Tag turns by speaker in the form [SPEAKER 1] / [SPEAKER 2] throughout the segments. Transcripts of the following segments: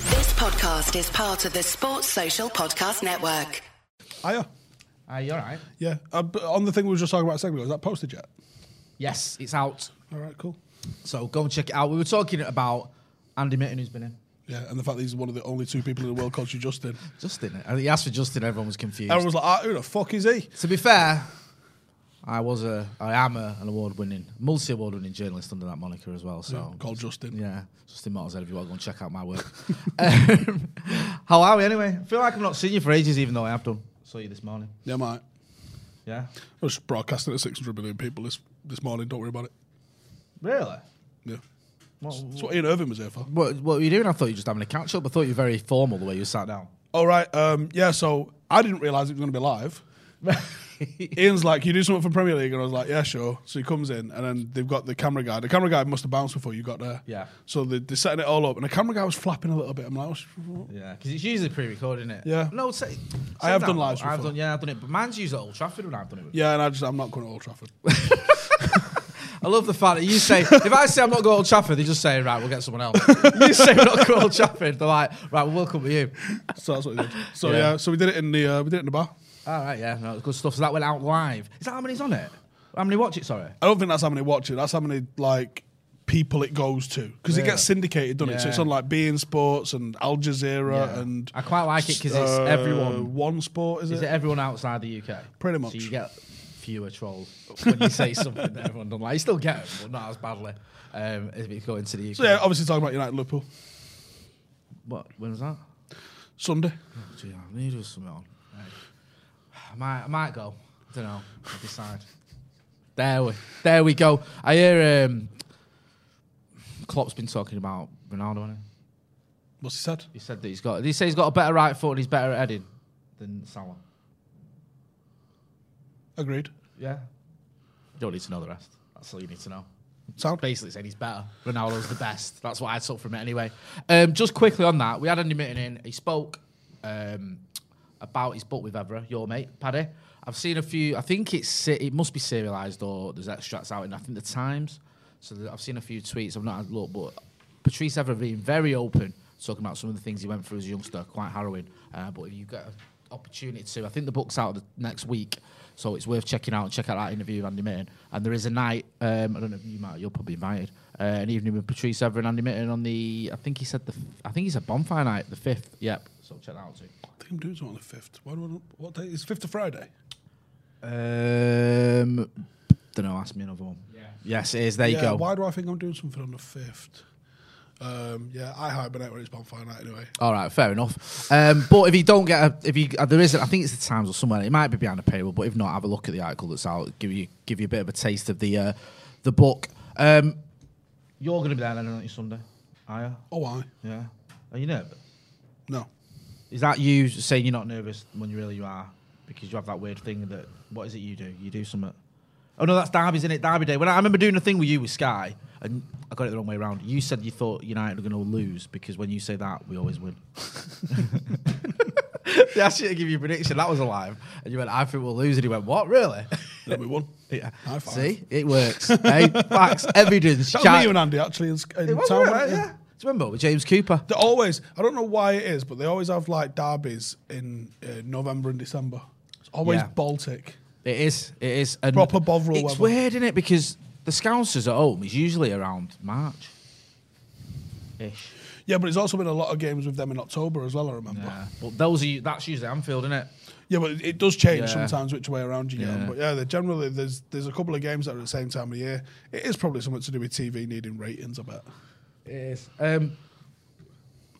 [SPEAKER 1] podcast is part of the Sports Social Podcast Network.
[SPEAKER 2] Hiya.
[SPEAKER 3] Are you all right?
[SPEAKER 2] Oh, Yeah. Uh, but on the thing we were just talking about a second ago, is that posted yet?
[SPEAKER 3] Yes, it's out.
[SPEAKER 2] All right, cool.
[SPEAKER 3] So go and check it out. We were talking about Andy Mitten, who's been in.
[SPEAKER 2] Yeah, and the fact that he's one of the only two people in the world called you Justin.
[SPEAKER 3] Justin. uh, He asked for Justin. Everyone was confused.
[SPEAKER 2] Everyone's like, ah, who the fuck is he?
[SPEAKER 3] to be fair, I was a, I am a, an award-winning, multi-award-winning journalist under that moniker as well. So
[SPEAKER 2] Called Justin.
[SPEAKER 3] Yeah, Justin Martin's if you want to go and check out my work. um, how are we anyway? I feel like I've not seen you for ages, even though I have done. Saw you this morning.
[SPEAKER 2] Yeah, mate.
[SPEAKER 3] Yeah.
[SPEAKER 2] I was broadcasting to 600 million people this, this morning. Don't worry about it.
[SPEAKER 3] Really?
[SPEAKER 2] Yeah.
[SPEAKER 3] What,
[SPEAKER 2] That's what Ian Irving was there for.
[SPEAKER 3] what, what were you doing? I thought you were just having a catch up. I thought you were very formal the way you sat down.
[SPEAKER 2] All right. Um, yeah, so I didn't realise it was going to be live. Ian's like, you do something for Premier League? And I was like, yeah, sure. So he comes in, and then they've got the camera guy. The camera guy must have bounced before you got there.
[SPEAKER 3] Yeah.
[SPEAKER 2] So they, they're setting it all up, and the camera guy was flapping a little bit. I'm like, "Oh, "What's-
[SPEAKER 3] Yeah, because it's usually pre-recorded, isn't it?
[SPEAKER 2] Yeah.
[SPEAKER 3] No, say, say
[SPEAKER 2] I have
[SPEAKER 3] that,
[SPEAKER 2] done
[SPEAKER 3] though.
[SPEAKER 2] lives
[SPEAKER 3] I've
[SPEAKER 2] before.
[SPEAKER 3] done. Yeah, I've done it. But mine's used at Old Trafford when I've done it. With.
[SPEAKER 2] yeah, and I just, I'm not going to Old Trafford.
[SPEAKER 3] I love the fact that you say if I say I'm not going to Old Trafford, they just say right, we'll get someone else. you say we're not going to Old Trafford, they're like right, we'll welcome you.
[SPEAKER 2] So that's what we did. So
[SPEAKER 3] Yeah.
[SPEAKER 2] yeah, so we did it in the uh, we did it in the bar.
[SPEAKER 3] All right, yeah, no, it's good stuff. So that went out live. Is that how many's on it? How many watch it? Sorry.
[SPEAKER 2] I don't think that's how many watch it. That's how many like people it goes to because it
[SPEAKER 3] Yeah.
[SPEAKER 2] gets syndicated, doesn't it? So it's
[SPEAKER 3] Yeah.
[SPEAKER 2] on like beIN Sports and Al Jazeera
[SPEAKER 3] Yeah.
[SPEAKER 2] and
[SPEAKER 3] I quite like it because it's
[SPEAKER 2] uh,
[SPEAKER 3] everyone.
[SPEAKER 2] One Sport is,
[SPEAKER 3] Is
[SPEAKER 2] it?
[SPEAKER 3] it everyone outside the UK?
[SPEAKER 2] Pretty much.
[SPEAKER 3] So you get fewer trolls when you say something that everyone doesn't like. You still get them, but not as badly um, if you go into the UK.
[SPEAKER 2] so yeah, obviously talking about United Liverpool
[SPEAKER 3] What? When was that?
[SPEAKER 2] Sunday.
[SPEAKER 3] Gee, I need to do something on. Right. I might, I might go. I don't know. I'll decide. There we, there we go. I hear um, Klopp's been talking about Ronaldo. hasn't he?
[SPEAKER 2] What's he said?
[SPEAKER 3] He said that he's got. He said he's got a better right foot and he's better at heading than Salah.
[SPEAKER 2] Agreed.
[SPEAKER 3] Yeah. You don't need to know the rest. That's all you need to know.
[SPEAKER 2] Sound.
[SPEAKER 3] Basically saying he's better. Ronaldo's the best. That's what I took from it anyway. Um, just quickly on that, we had Andy Mitten in. He spoke um, about his book with Evra, your mate, Paddy. I've seen a few. I think it's se- it must be serialized or there's extracts out in I think the Times. So th- I've seen a few tweets. I've not had a look, but Patrice Evra being very open, talking about some of the things he went through as a youngster, quite harrowing. Uh, but if you get an opportunity to, I think the book's out the next week, so it's worth checking out. Check out that interview with Andy Mitten. And there is a night. Um, I don't know if you might. You're probably invited. Uh, an evening with Patrice Evra and Andy Mitten on the. I think he said the. f- I think he said bonfire night, the fifth. Yep. So check that out too.
[SPEAKER 2] I think I'm doing something on the fifth. Why do I not, what day? It's fifth of Friday.
[SPEAKER 3] Um, don't know. Ask me another one. Yes, it is. There
[SPEAKER 2] yeah,
[SPEAKER 3] you go.
[SPEAKER 2] Why do I think I'm doing something on the fifth? Um, yeah, I hibernate when it's bonfire night anyway.
[SPEAKER 3] All right, fair enough. Um, but if you don't get, a, if you uh, there isn't, I think it's the Times or somewhere. It might be behind a paywall, but if not, have a look at the article that's out. Give you give you a bit of a taste of the uh, the book. Um, You're going to be there then on Sunday, are you?
[SPEAKER 2] Oh, why?
[SPEAKER 3] Yeah. Are you nervous?
[SPEAKER 2] No.
[SPEAKER 3] Is that you saying you're not nervous when you really you are? Because you have that weird thing that what is it you do? You do something. Oh no, that's Derby's in it. Derby day. When I, I remember doing a thing with you with Sky, and I got it the wrong way around. You said you thought United were going to lose because when you say that, we always win. they asked you to give you a prediction. That was alive, and you went, "I think we'll lose," and he went, "What? Really?"
[SPEAKER 2] Then we won.
[SPEAKER 3] yeah.
[SPEAKER 2] High five.
[SPEAKER 3] See, it works. hey, facts, evidence.
[SPEAKER 2] That was
[SPEAKER 3] chat.
[SPEAKER 2] me and Andy actually in, in
[SPEAKER 3] it was
[SPEAKER 2] town.
[SPEAKER 3] all right,
[SPEAKER 2] wasn't it?
[SPEAKER 3] yeah. Do you remember with James Cooper?
[SPEAKER 2] They always, I don't know why it is, but they always have like derbies in uh, November and December. It's always
[SPEAKER 3] Yeah.
[SPEAKER 2] Baltic.
[SPEAKER 3] It is. It is. And
[SPEAKER 2] Proper Bovril
[SPEAKER 3] It's
[SPEAKER 2] weather.
[SPEAKER 3] weird, isn't it? Because the Scousers at home is usually around March. Ish.
[SPEAKER 2] Yeah, but it's also been a lot of games with them in October as well, I remember. Yeah,
[SPEAKER 3] But those are that's usually Anfield, isn't it?
[SPEAKER 2] but it does change
[SPEAKER 3] Yeah.
[SPEAKER 2] sometimes which way around you get
[SPEAKER 3] Yeah.
[SPEAKER 2] them. But yeah, they're generally, there's there's a couple of games that are at the same time of year. It is probably something to do with TV needing ratings, I bet.
[SPEAKER 3] It is. Um,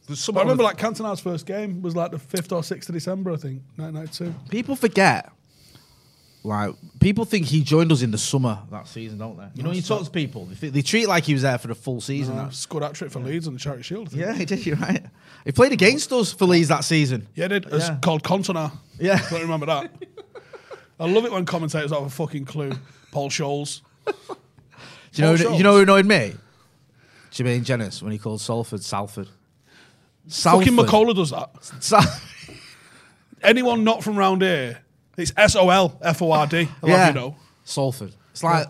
[SPEAKER 3] there's some
[SPEAKER 2] But I remember like Cantona's first game was like the 5th or 6th of December, I think, 1992.
[SPEAKER 3] people forget. Like people think he joined us in the summer that season, don't they? You know, when you talk to people, they, thi- they treat like he was there for the full season.
[SPEAKER 2] Uh,
[SPEAKER 3] that's-
[SPEAKER 2] scored that trick for Leeds on the Charity Shield, I think.
[SPEAKER 3] yeah, he did. You're right. He played against us for Leeds that season.
[SPEAKER 2] Yeah, it did. It's
[SPEAKER 3] Yeah.
[SPEAKER 2] called Cantona.
[SPEAKER 3] Yeah.
[SPEAKER 2] Don't remember that. I love it when commentators don't have a fucking clue. Paul Scholes.
[SPEAKER 3] Do you know?
[SPEAKER 2] Paul
[SPEAKER 3] You know
[SPEAKER 2] Scholes.
[SPEAKER 3] who annoyed me? Jermaine Jennis when he called Salford Salford. Salford.
[SPEAKER 2] Fucking McCullough does that.
[SPEAKER 3] Sal-
[SPEAKER 2] Anyone not from round here, it's S O L F O R D. I'll have you know.
[SPEAKER 3] Salford. It's like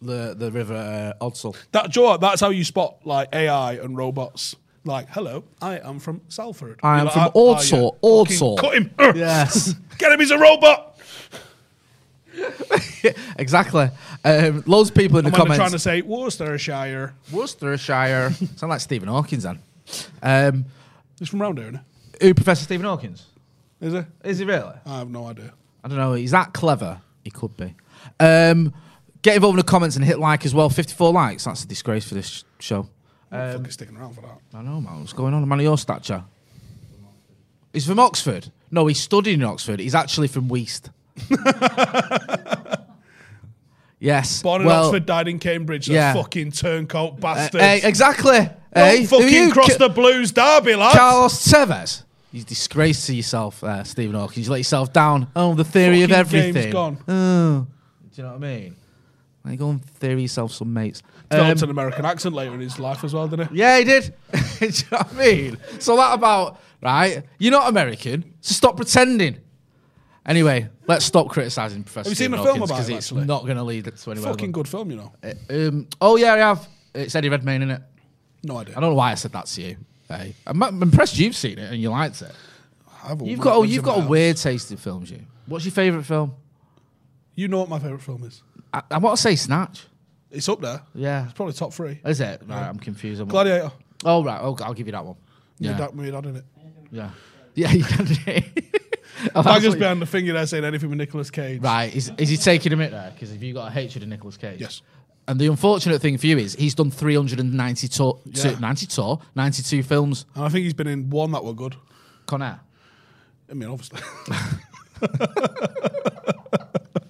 [SPEAKER 3] the the river uh, Odsel.
[SPEAKER 2] That, Joe, that's how you spot like AI and robots. like, "Hello, I am from Salford."
[SPEAKER 3] I am
[SPEAKER 2] You're
[SPEAKER 3] from
[SPEAKER 2] like, "Oh,
[SPEAKER 3] Ordsor,
[SPEAKER 2] yeah.
[SPEAKER 3] Ordsor."
[SPEAKER 2] Fucking Cut him.
[SPEAKER 3] Yes.
[SPEAKER 2] Get him. He's a robot.
[SPEAKER 3] exactly. Um, loads of people in the
[SPEAKER 2] And when they're
[SPEAKER 3] comments.
[SPEAKER 2] trying to say Worcestershire,
[SPEAKER 3] Worcestershire. Sound like Stephen Hawkins then. Um,
[SPEAKER 2] he's from round here, isn't
[SPEAKER 3] who, Professor Stephen Hawkins?
[SPEAKER 2] he? is he?
[SPEAKER 3] Is he really?
[SPEAKER 2] I have no idea.
[SPEAKER 3] I don't know. He's that clever. He could be. Um, get involved in the comments and hit like as well. 54 likes. That's a disgrace for this sh- show.
[SPEAKER 2] I'm
[SPEAKER 3] Um,
[SPEAKER 2] fucking sticking around for that.
[SPEAKER 3] I know, man. What's going on? A man of your stature. He's from Oxford. No, he studied in Oxford. He's actually from Weast. yes.
[SPEAKER 2] Born in
[SPEAKER 3] well,
[SPEAKER 2] Oxford, died in Cambridge. That
[SPEAKER 3] yeah.
[SPEAKER 2] fucking turncoat
[SPEAKER 3] eh,
[SPEAKER 2] bastard.
[SPEAKER 3] eh, exactly.
[SPEAKER 2] Don't
[SPEAKER 3] eh? Who
[SPEAKER 2] fucking
[SPEAKER 3] you,
[SPEAKER 2] cross
[SPEAKER 3] Ca-
[SPEAKER 2] the Blues Derby, lad.
[SPEAKER 3] Carlos Tevez. He's disgraced to yourself, there, Stephen Hawking. You let yourself down. Oh, the theory of
[SPEAKER 2] Fucking game's
[SPEAKER 3] everything.
[SPEAKER 2] gone.
[SPEAKER 3] Oh, do you know what I mean? Like, go and theory yourself some mates. Um,
[SPEAKER 2] Developed an American accent later in his life as well, didn't he?
[SPEAKER 3] Yeah, he did. Do you know what I mean? So that about right. You're not American, so stop pretending. Anyway, let's stop criticizing Professor.
[SPEAKER 2] Have you seen
[SPEAKER 3] Stephen
[SPEAKER 2] a film
[SPEAKER 3] Hawkins,
[SPEAKER 2] about
[SPEAKER 3] 'cause
[SPEAKER 2] him,
[SPEAKER 3] It's
[SPEAKER 2] actually?
[SPEAKER 3] not going to lead it to anywhere.
[SPEAKER 2] Fucking good film, you know.
[SPEAKER 3] good. Um, oh yeah, I have. It's Eddie Redmayne in it.
[SPEAKER 2] No idea.
[SPEAKER 3] I don't know why I said that to you. Hey, I'm, I'm impressed you've seen it and you liked it.
[SPEAKER 2] I have a
[SPEAKER 3] You've
[SPEAKER 2] weird
[SPEAKER 3] got oh,
[SPEAKER 2] lens in
[SPEAKER 3] you've got
[SPEAKER 2] my
[SPEAKER 3] a
[SPEAKER 2] eyes.
[SPEAKER 3] weird taste in films. You. What's your favorite film?
[SPEAKER 2] You know what my favorite film is?
[SPEAKER 3] I, I want to say Snatch.
[SPEAKER 2] It's up there.
[SPEAKER 3] Yeah.
[SPEAKER 2] It's probably top three.
[SPEAKER 3] Is it? Right, I'm confused. on what-
[SPEAKER 2] Gladiator.
[SPEAKER 3] Oh right. Oh, I'll give you that one.
[SPEAKER 2] Yeah.
[SPEAKER 3] Yeah.
[SPEAKER 2] Dad, me dad in it.
[SPEAKER 3] Yeah. Yeah. You can. Oh, that's
[SPEAKER 2] Tigers
[SPEAKER 3] what you-
[SPEAKER 2] behind the finger there saying anything with Nicolas Cage.
[SPEAKER 3] Right, is, is he taking a minute there? Because have you got a hatred of Nicolas Cage?
[SPEAKER 2] Yes.
[SPEAKER 3] And the unfortunate thing for you is he's done 390 tour,
[SPEAKER 2] Yeah.
[SPEAKER 3] 90 tour, 92 films.
[SPEAKER 2] And I think he's been in one that were good.
[SPEAKER 3] Con Air.
[SPEAKER 2] I mean, obviously.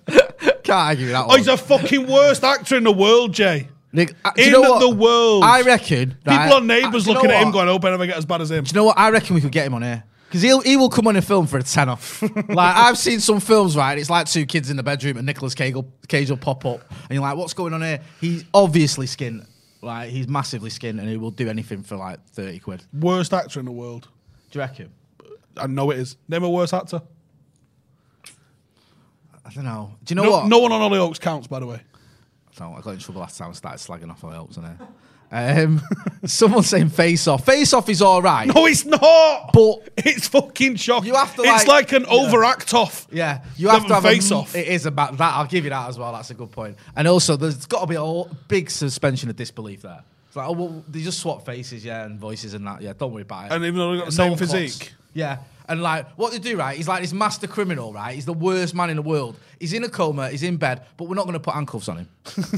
[SPEAKER 3] Can't argue with that
[SPEAKER 2] oh,
[SPEAKER 3] one.
[SPEAKER 2] he's the fucking worst actor in the world, Jay.
[SPEAKER 3] Nick, uh, do
[SPEAKER 2] In
[SPEAKER 3] you know what?
[SPEAKER 2] the world.
[SPEAKER 3] I reckon.
[SPEAKER 2] People on Neighbours looking at him
[SPEAKER 3] Do
[SPEAKER 2] going, I hope I never get as bad as him.
[SPEAKER 3] you know what? I reckon we could get him on here. Because he'll, he will come on a film for a tenner. like, I've seen some films, right? It's like two kids in the bedroom and Nicolas Cage will, Cage will pop up. And you're like, what's going on here? He's obviously skinned. Like, he's massively skinned and he will do anything for like 30 quid. Do
[SPEAKER 2] Worst actor in the world.
[SPEAKER 3] you reckon?
[SPEAKER 2] I know it is. Name a worse actor.
[SPEAKER 3] I don't know. Do you know
[SPEAKER 2] No,
[SPEAKER 3] what?
[SPEAKER 2] no one on Hollyoaks counts, by the way.
[SPEAKER 3] No, I got in trouble last time. I started slagging off all helps on there. Um, someone saying face off. Face off is all right.
[SPEAKER 2] No, it's not.
[SPEAKER 3] But-
[SPEAKER 2] it's fucking shocking.
[SPEAKER 3] You have to,
[SPEAKER 2] It's
[SPEAKER 3] like-
[SPEAKER 2] like an overact off.
[SPEAKER 3] Yeah, you have
[SPEAKER 2] Them
[SPEAKER 3] to have
[SPEAKER 2] face
[SPEAKER 3] a,
[SPEAKER 2] off.
[SPEAKER 3] It is about that. I'll give you that as well. That's a good point. And also, there's got to be a whole big suspension of disbelief there. It's like, oh, well, they just swap faces, yeah, and voices and that. Yeah, don't worry about it.
[SPEAKER 2] And even though they've got the same
[SPEAKER 3] No one clocks.
[SPEAKER 2] physique.
[SPEAKER 3] Yeah. And like what they do, right? He's like this master criminal, right? He's the worst man in the world. He's in a coma, he's in bed, but we're not going to put handcuffs on him.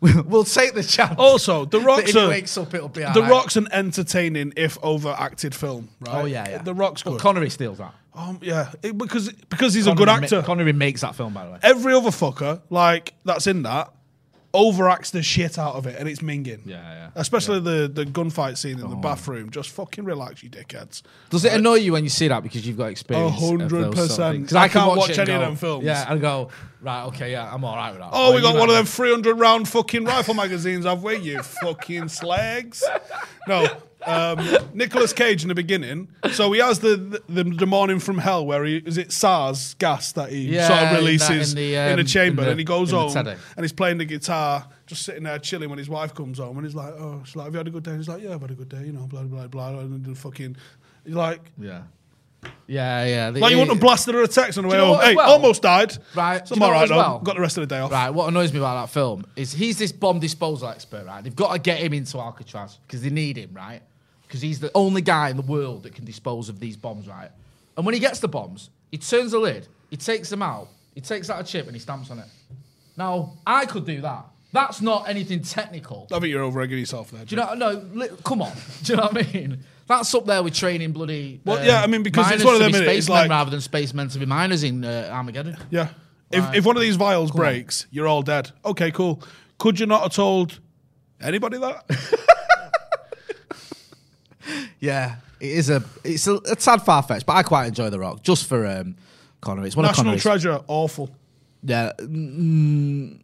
[SPEAKER 3] We'll- we'll take the chance.
[SPEAKER 2] Also, The
[SPEAKER 3] that
[SPEAKER 2] Rock's
[SPEAKER 3] if he
[SPEAKER 2] a-
[SPEAKER 3] wakes up, it'll be
[SPEAKER 2] The
[SPEAKER 3] alright.
[SPEAKER 2] Rock's an entertaining, if overacted, film, right?
[SPEAKER 3] Oh yeah, yeah.
[SPEAKER 2] The Rock's
[SPEAKER 3] Well,
[SPEAKER 2] good.
[SPEAKER 3] Connery steals that.
[SPEAKER 2] um, yeah, it- because because he's a
[SPEAKER 3] Connery
[SPEAKER 2] good
[SPEAKER 3] ma-
[SPEAKER 2] actor. Eh,
[SPEAKER 3] Connery makes that film, by the way.
[SPEAKER 2] Every other fucker, like that's in that, overacts the shit out of it, and it's minging.
[SPEAKER 3] Yeah, yeah.
[SPEAKER 2] Especially the the gunfight scene in the bathroom. Just fucking relax, you dickheads.
[SPEAKER 3] Does it annoy you when you see that because you've got experience? of those sort of
[SPEAKER 2] 100%.
[SPEAKER 3] things?
[SPEAKER 2] I can't watch
[SPEAKER 3] it and
[SPEAKER 2] any of
[SPEAKER 3] go-
[SPEAKER 2] them films.
[SPEAKER 3] Yeah, and go right. Okay, yeah, I'm all right with that.
[SPEAKER 2] Oh, we
[SPEAKER 3] Well,
[SPEAKER 2] got
[SPEAKER 3] you
[SPEAKER 2] one of
[SPEAKER 3] might-
[SPEAKER 2] them 300 round fucking rifle magazines, have we? You fucking slags. No. Um, Nicholas Cage in the beginning. So he has the, the the morning from hell where he is it SARS gas that he
[SPEAKER 3] Yeah,
[SPEAKER 2] sort
[SPEAKER 3] in
[SPEAKER 2] of
[SPEAKER 3] that-
[SPEAKER 2] releases
[SPEAKER 3] in
[SPEAKER 2] in
[SPEAKER 3] the,
[SPEAKER 2] the,
[SPEAKER 3] um,
[SPEAKER 2] chamber
[SPEAKER 3] in the-
[SPEAKER 2] and he goes
[SPEAKER 3] in the
[SPEAKER 2] home
[SPEAKER 3] teddy.
[SPEAKER 2] and he's playing the guitar, just sitting there chilling when his wife comes home and he's like, Oh, she's like, Have you had a good day? And he's like, Yeah, I've had a good day, you know, blah blah blah blah and then fucking you're like
[SPEAKER 3] Yeah, yeah, yeah. The-
[SPEAKER 2] like you wouldn't have blasted her a text on the way
[SPEAKER 3] you know
[SPEAKER 2] home.
[SPEAKER 3] what as
[SPEAKER 2] Hey,
[SPEAKER 3] well?
[SPEAKER 2] almost died.
[SPEAKER 3] Right,
[SPEAKER 2] So I'm
[SPEAKER 3] do you know
[SPEAKER 2] all
[SPEAKER 3] what
[SPEAKER 2] right
[SPEAKER 3] as
[SPEAKER 2] though.
[SPEAKER 3] well?
[SPEAKER 2] Got the rest of the day off.
[SPEAKER 3] Right, what annoys me about that film is he's this bomb disposal expert, right? They've got to get him into Alcatraz because they need him, right? Because he's the only guy in the world that can dispose of these bombs, right? And when he gets the bombs, he turns the lid, he takes them out, he takes out a chip and he stamps on it. Now, I could do that. That's not anything technical.
[SPEAKER 2] I think you're over egging yourself there.
[SPEAKER 3] Do you know? No, li- come on. Do you know what I mean? That's up there with training bloody. uh,
[SPEAKER 2] Well, yeah, I mean, because it's
[SPEAKER 3] miners
[SPEAKER 2] one of
[SPEAKER 3] to
[SPEAKER 2] them,
[SPEAKER 3] be
[SPEAKER 2] innit? It's
[SPEAKER 3] spacemen
[SPEAKER 2] like-
[SPEAKER 3] rather than spacemen to be miners in uh, Armageddon.
[SPEAKER 2] Yeah. If, if one of these vials breaks, you're all dead. Okay, cool. Could you not have told anybody that?
[SPEAKER 3] Yeah, it is a it's a, a tad far fetched, but I quite enjoy The Rock just for um, Connery. It's one of
[SPEAKER 2] National
[SPEAKER 3] Connery's.
[SPEAKER 2] treasure, awful.
[SPEAKER 3] yeah. mm,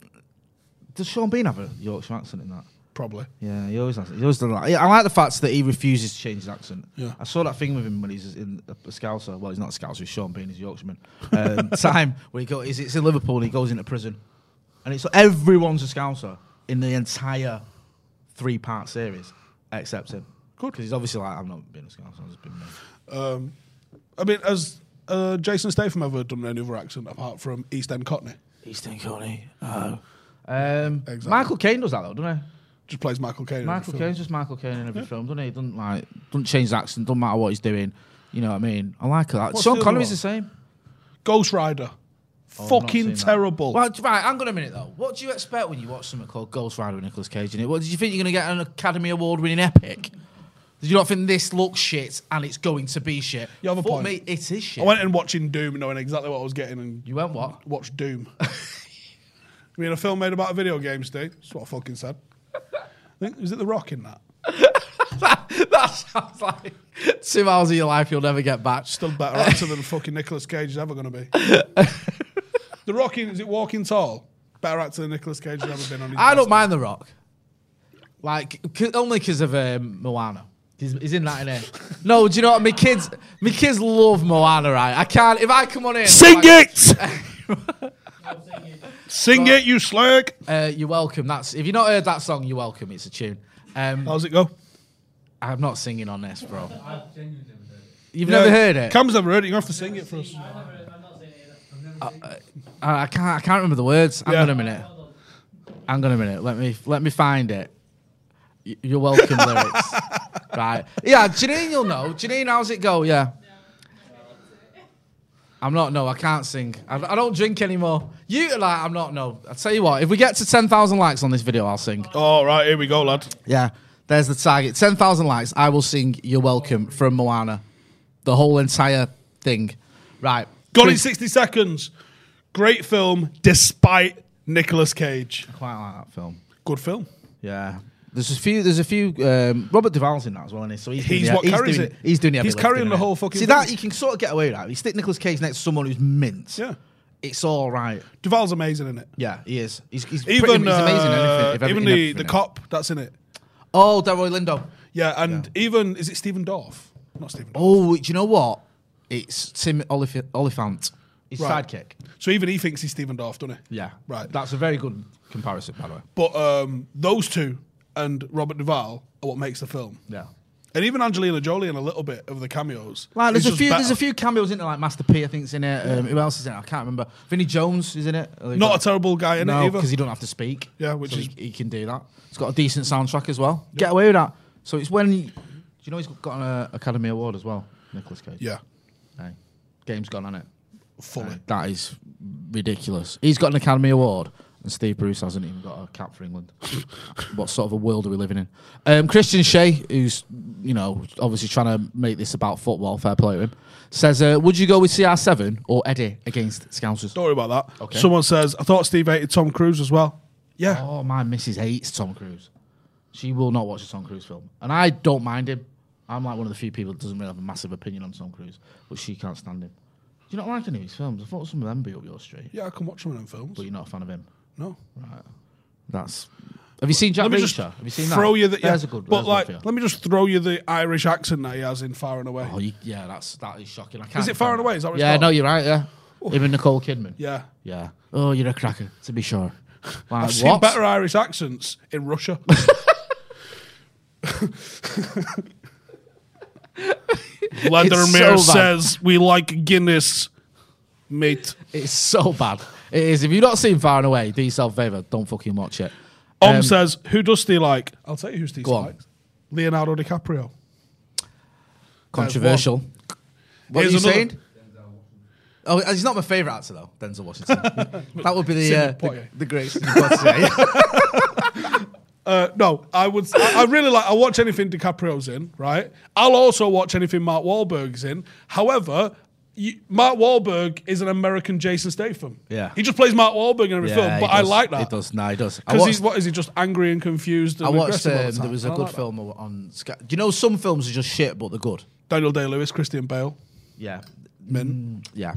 [SPEAKER 3] does Sean Bean have a Yorkshire accent in that?
[SPEAKER 2] Probably.
[SPEAKER 3] Yeah, he always has. He always does that. Yeah, I like the fact that he refuses to change his accent.
[SPEAKER 2] Yeah.
[SPEAKER 3] I saw that thing with him when he's in a, a Scouser. Well, he's not a Scouser. He's Sean Bean. He's a Yorkshireman. Um, time where he goes, it's, it's in Liverpool and he goes into prison, and it's everyone's a Scouser in the entire three part series except him.
[SPEAKER 2] Good.
[SPEAKER 3] Because he's obviously like, I'm not being a Scouse, I'm just being me.
[SPEAKER 2] Um, I mean, has uh, Jason Statham ever done any other accent apart from East End Cockney?
[SPEAKER 3] Eastern County. Oh. Um,
[SPEAKER 2] Exactly.
[SPEAKER 3] Michael Caine does that though, doesn't he?
[SPEAKER 2] Just plays Michael Caine. in every
[SPEAKER 3] Michael
[SPEAKER 2] film.
[SPEAKER 3] Caine's just Michael Caine in every film, doesn't he? He Doesn't like, doesn't change the accent, doesn't matter what he's doing. You know what I mean? I like that.
[SPEAKER 2] What's the
[SPEAKER 3] Sean
[SPEAKER 2] other
[SPEAKER 3] Connery's
[SPEAKER 2] one? Oh,
[SPEAKER 3] the same.
[SPEAKER 2] Ghost Rider.
[SPEAKER 3] Oh, I've not seen
[SPEAKER 2] Fucking
[SPEAKER 3] that.
[SPEAKER 2] terrible.
[SPEAKER 3] Well, right, hang on a minute though. What do you expect when you watch something called Ghost Rider with Nicolas Cage in it? What did you think you're going to get an Academy Award winning epic? Did you not think this looks shit and it's going to be shit?
[SPEAKER 2] You have a
[SPEAKER 3] Fuck
[SPEAKER 2] point.
[SPEAKER 3] me, it is shit.
[SPEAKER 2] I went in watching Doom, knowing exactly what I was getting, and
[SPEAKER 3] you went what?
[SPEAKER 2] watched Doom. I mean, a film made about video games, dude. That's what I fucking said. I think- Is it The Rock in that?
[SPEAKER 3] that sounds like two hours of your life you'll never get back.
[SPEAKER 2] Still better actor than fucking Nicolas Cage is ever going to be. the Rock in, is it Walking Tall? Better actor than Nicolas Cage has ever been on his
[SPEAKER 3] I
[SPEAKER 2] best.
[SPEAKER 3] don't mind The Rock. Like, c- only because of um, Moana. He's, he's in that in here. No, do you know what? My kids, my kids love Moana, right? I can't, if I come on in.
[SPEAKER 2] Sing
[SPEAKER 3] like-
[SPEAKER 2] it! Sing it, you slag!
[SPEAKER 3] Uh, you're welcome. That's if you've not heard that song, you're welcome. It's a tune. Um,
[SPEAKER 2] How's it go?
[SPEAKER 3] I'm not singing on this, bro.
[SPEAKER 4] I've genuinely never heard it.
[SPEAKER 3] You've
[SPEAKER 2] Yeah,
[SPEAKER 3] never heard it.
[SPEAKER 2] Cam's never heard it. You're going to have to sing it for us.
[SPEAKER 4] I've never, I'm not saying it. I've never seen it.
[SPEAKER 3] I, I can't. I can't remember the words. Hang
[SPEAKER 2] Yeah.
[SPEAKER 3] on a minute. Hang on a minute. Let me. Let me find it. Y- You're welcome lyrics. Right. Yeah, Janine, you'll know. Janine, how's it go? Yeah. I'm not. No, I can't sing. I, I don't drink anymore. You like. I'm not. No. I tell you what. If we get to ten thousand likes on this video, I'll sing.
[SPEAKER 2] All right, here we go, lad.
[SPEAKER 3] Yeah, there's the target. 10,000 likes. I will sing You're Welcome from Moana. The whole entire thing. Right.
[SPEAKER 2] Gone in
[SPEAKER 3] Chris-
[SPEAKER 2] 60 seconds. Great film, despite Nicolas Cage.
[SPEAKER 3] Quite like that film.
[SPEAKER 2] Good film.
[SPEAKER 3] Yeah. There's a few. There's a few. Um, Robert Duvall's in that as well, isn't he? So he's, doing
[SPEAKER 2] He's
[SPEAKER 3] the-
[SPEAKER 2] what carries
[SPEAKER 3] doing,
[SPEAKER 2] it.
[SPEAKER 3] He's doing the. heavy
[SPEAKER 2] He's carrying
[SPEAKER 3] lifting,
[SPEAKER 2] the
[SPEAKER 3] isn't he?
[SPEAKER 2] whole fucking
[SPEAKER 3] See that
[SPEAKER 2] thing.
[SPEAKER 3] you can sort of get away with that. You stick Nicolas Cage next to someone who's mint.
[SPEAKER 2] Yeah.
[SPEAKER 3] It's all right.
[SPEAKER 2] Duvall's amazing in it.
[SPEAKER 3] Yeah, he is. He's, he's
[SPEAKER 2] Even
[SPEAKER 3] pretty, he's amazing. in
[SPEAKER 2] uh,
[SPEAKER 3] Anything, if ever-
[SPEAKER 2] even
[SPEAKER 3] in
[SPEAKER 2] the,
[SPEAKER 3] everything.
[SPEAKER 2] the cop that's in it.
[SPEAKER 3] Oh, Delroy Lindo.
[SPEAKER 2] Yeah, and even is it Stephen Dorff? Not Stephen. Dorff.
[SPEAKER 3] Oh, do you know what? It's Tim Olif- Oliphant. His
[SPEAKER 2] Right.
[SPEAKER 3] sidekick.
[SPEAKER 2] So even he thinks he's Stephen Dorff, doesn't he?
[SPEAKER 3] Yeah.
[SPEAKER 2] Right.
[SPEAKER 3] That's a very good comparison, by the way.
[SPEAKER 2] But um, those two and Robert Duvall are what makes the film.
[SPEAKER 3] Yeah.
[SPEAKER 2] And even Angelina Jolie in a little bit of the cameos.
[SPEAKER 3] Like
[SPEAKER 2] It's
[SPEAKER 3] there's a
[SPEAKER 2] just
[SPEAKER 3] few there's
[SPEAKER 2] better.
[SPEAKER 3] a few cameos in there, like Master P, I think's in it. Um, who else is in it? I can't remember. Vinnie Jones is in it.
[SPEAKER 2] Not a terrible guy in it
[SPEAKER 3] no,
[SPEAKER 2] either.
[SPEAKER 3] because he don't have to speak.
[SPEAKER 2] Yeah, which
[SPEAKER 3] So
[SPEAKER 2] is-
[SPEAKER 3] he, he can do that. It's got a decent soundtrack as well. Get away with that. So it's when do you know he's got an uh, Academy Award as well, Nicholas Cage.
[SPEAKER 2] yeah,
[SPEAKER 3] Hey. game's gone on it.
[SPEAKER 2] fully.
[SPEAKER 3] That is ridiculous. He's got an Academy Award, and Steve Bruce hasn't even got a cap for England. what sort of a world are we living in? Um, Christian Shea, who's you know obviously trying to make this about football, fair play to him, says, uh, "Would you go with CR7 or Eddie against Scousers?"
[SPEAKER 2] Don't worry about that.
[SPEAKER 3] Okay.
[SPEAKER 2] Someone says I thought Steve hated Tom Cruise as well. Yeah,
[SPEAKER 3] Oh my, Mrs. hates Tom Cruise. She will not watch a Tom Cruise film, and I don't mind him. I'm like one of the few people that doesn't really have a massive opinion on Tom Cruise, but she can't stand him. Do you not like any of his films? I thought some of them be up your street,
[SPEAKER 2] yeah, I can watch some of them films.
[SPEAKER 3] but you're not a fan of him.
[SPEAKER 2] No.
[SPEAKER 3] That's. Have you seen Jack
[SPEAKER 2] Let me just
[SPEAKER 3] Reacher? Have you seen that?
[SPEAKER 2] throw you the yeah,
[SPEAKER 3] There's a good.
[SPEAKER 2] but
[SPEAKER 3] But
[SPEAKER 2] like let me just throw you the Irish accent that he has in Far and Away.
[SPEAKER 3] oh, you, yeah, that's that is shocking. I can't.
[SPEAKER 2] it Far and
[SPEAKER 3] defend
[SPEAKER 2] Away? Is that what it's
[SPEAKER 3] yeah,
[SPEAKER 2] called?
[SPEAKER 3] no, you're right. Yeah, even Nicole Kidman.
[SPEAKER 2] Yeah,
[SPEAKER 3] yeah. Oh, you're a cracker to be sure. Like,
[SPEAKER 2] I've seen better Irish accents in Russia. Vladimir
[SPEAKER 3] It's so bad.
[SPEAKER 2] says we like Guinness, mate.
[SPEAKER 3] It's so bad. It is. If you've not seen Far and Away, do yourself a favor. Don't fucking watch it.
[SPEAKER 2] Om
[SPEAKER 3] Um,
[SPEAKER 2] says, "Who does he like?" I'll tell you who Steve
[SPEAKER 3] Go on.
[SPEAKER 2] likes. Leonardo DiCaprio.
[SPEAKER 3] Controversial. What
[SPEAKER 2] Here's
[SPEAKER 3] are you
[SPEAKER 2] another-
[SPEAKER 3] saying? Oh, he's not my favourite actor though, Denzel Washington. that would be the
[SPEAKER 2] Sidney
[SPEAKER 3] uh, the,
[SPEAKER 2] Poitier.
[SPEAKER 3] the great. Sidney Poitier.
[SPEAKER 2] Uh, no, I would. I, I really like. I watch anything DiCaprio's in. Right. I'll also watch anything Mark Wahlberg's in. However. You, Mark Wahlberg is an American Jason Statham.
[SPEAKER 3] Yeah.
[SPEAKER 2] he just plays Mark Wahlberg in every
[SPEAKER 3] Yeah,
[SPEAKER 2] film,
[SPEAKER 3] he
[SPEAKER 2] but I
[SPEAKER 3] does.
[SPEAKER 2] like that.
[SPEAKER 3] It does. No, it does. I
[SPEAKER 2] Because
[SPEAKER 3] watched-
[SPEAKER 2] he's what is he just angry and confused? And
[SPEAKER 3] I watched.
[SPEAKER 2] aggressive all the
[SPEAKER 3] Um, there
[SPEAKER 2] time?
[SPEAKER 3] was a
[SPEAKER 2] And I
[SPEAKER 3] good
[SPEAKER 2] like that.
[SPEAKER 3] film on Sky. Do you know some films are just shit, but they're good.
[SPEAKER 2] Daniel Day Lewis, Christian Bale,
[SPEAKER 3] Yeah,
[SPEAKER 2] men.
[SPEAKER 3] Mm, yeah.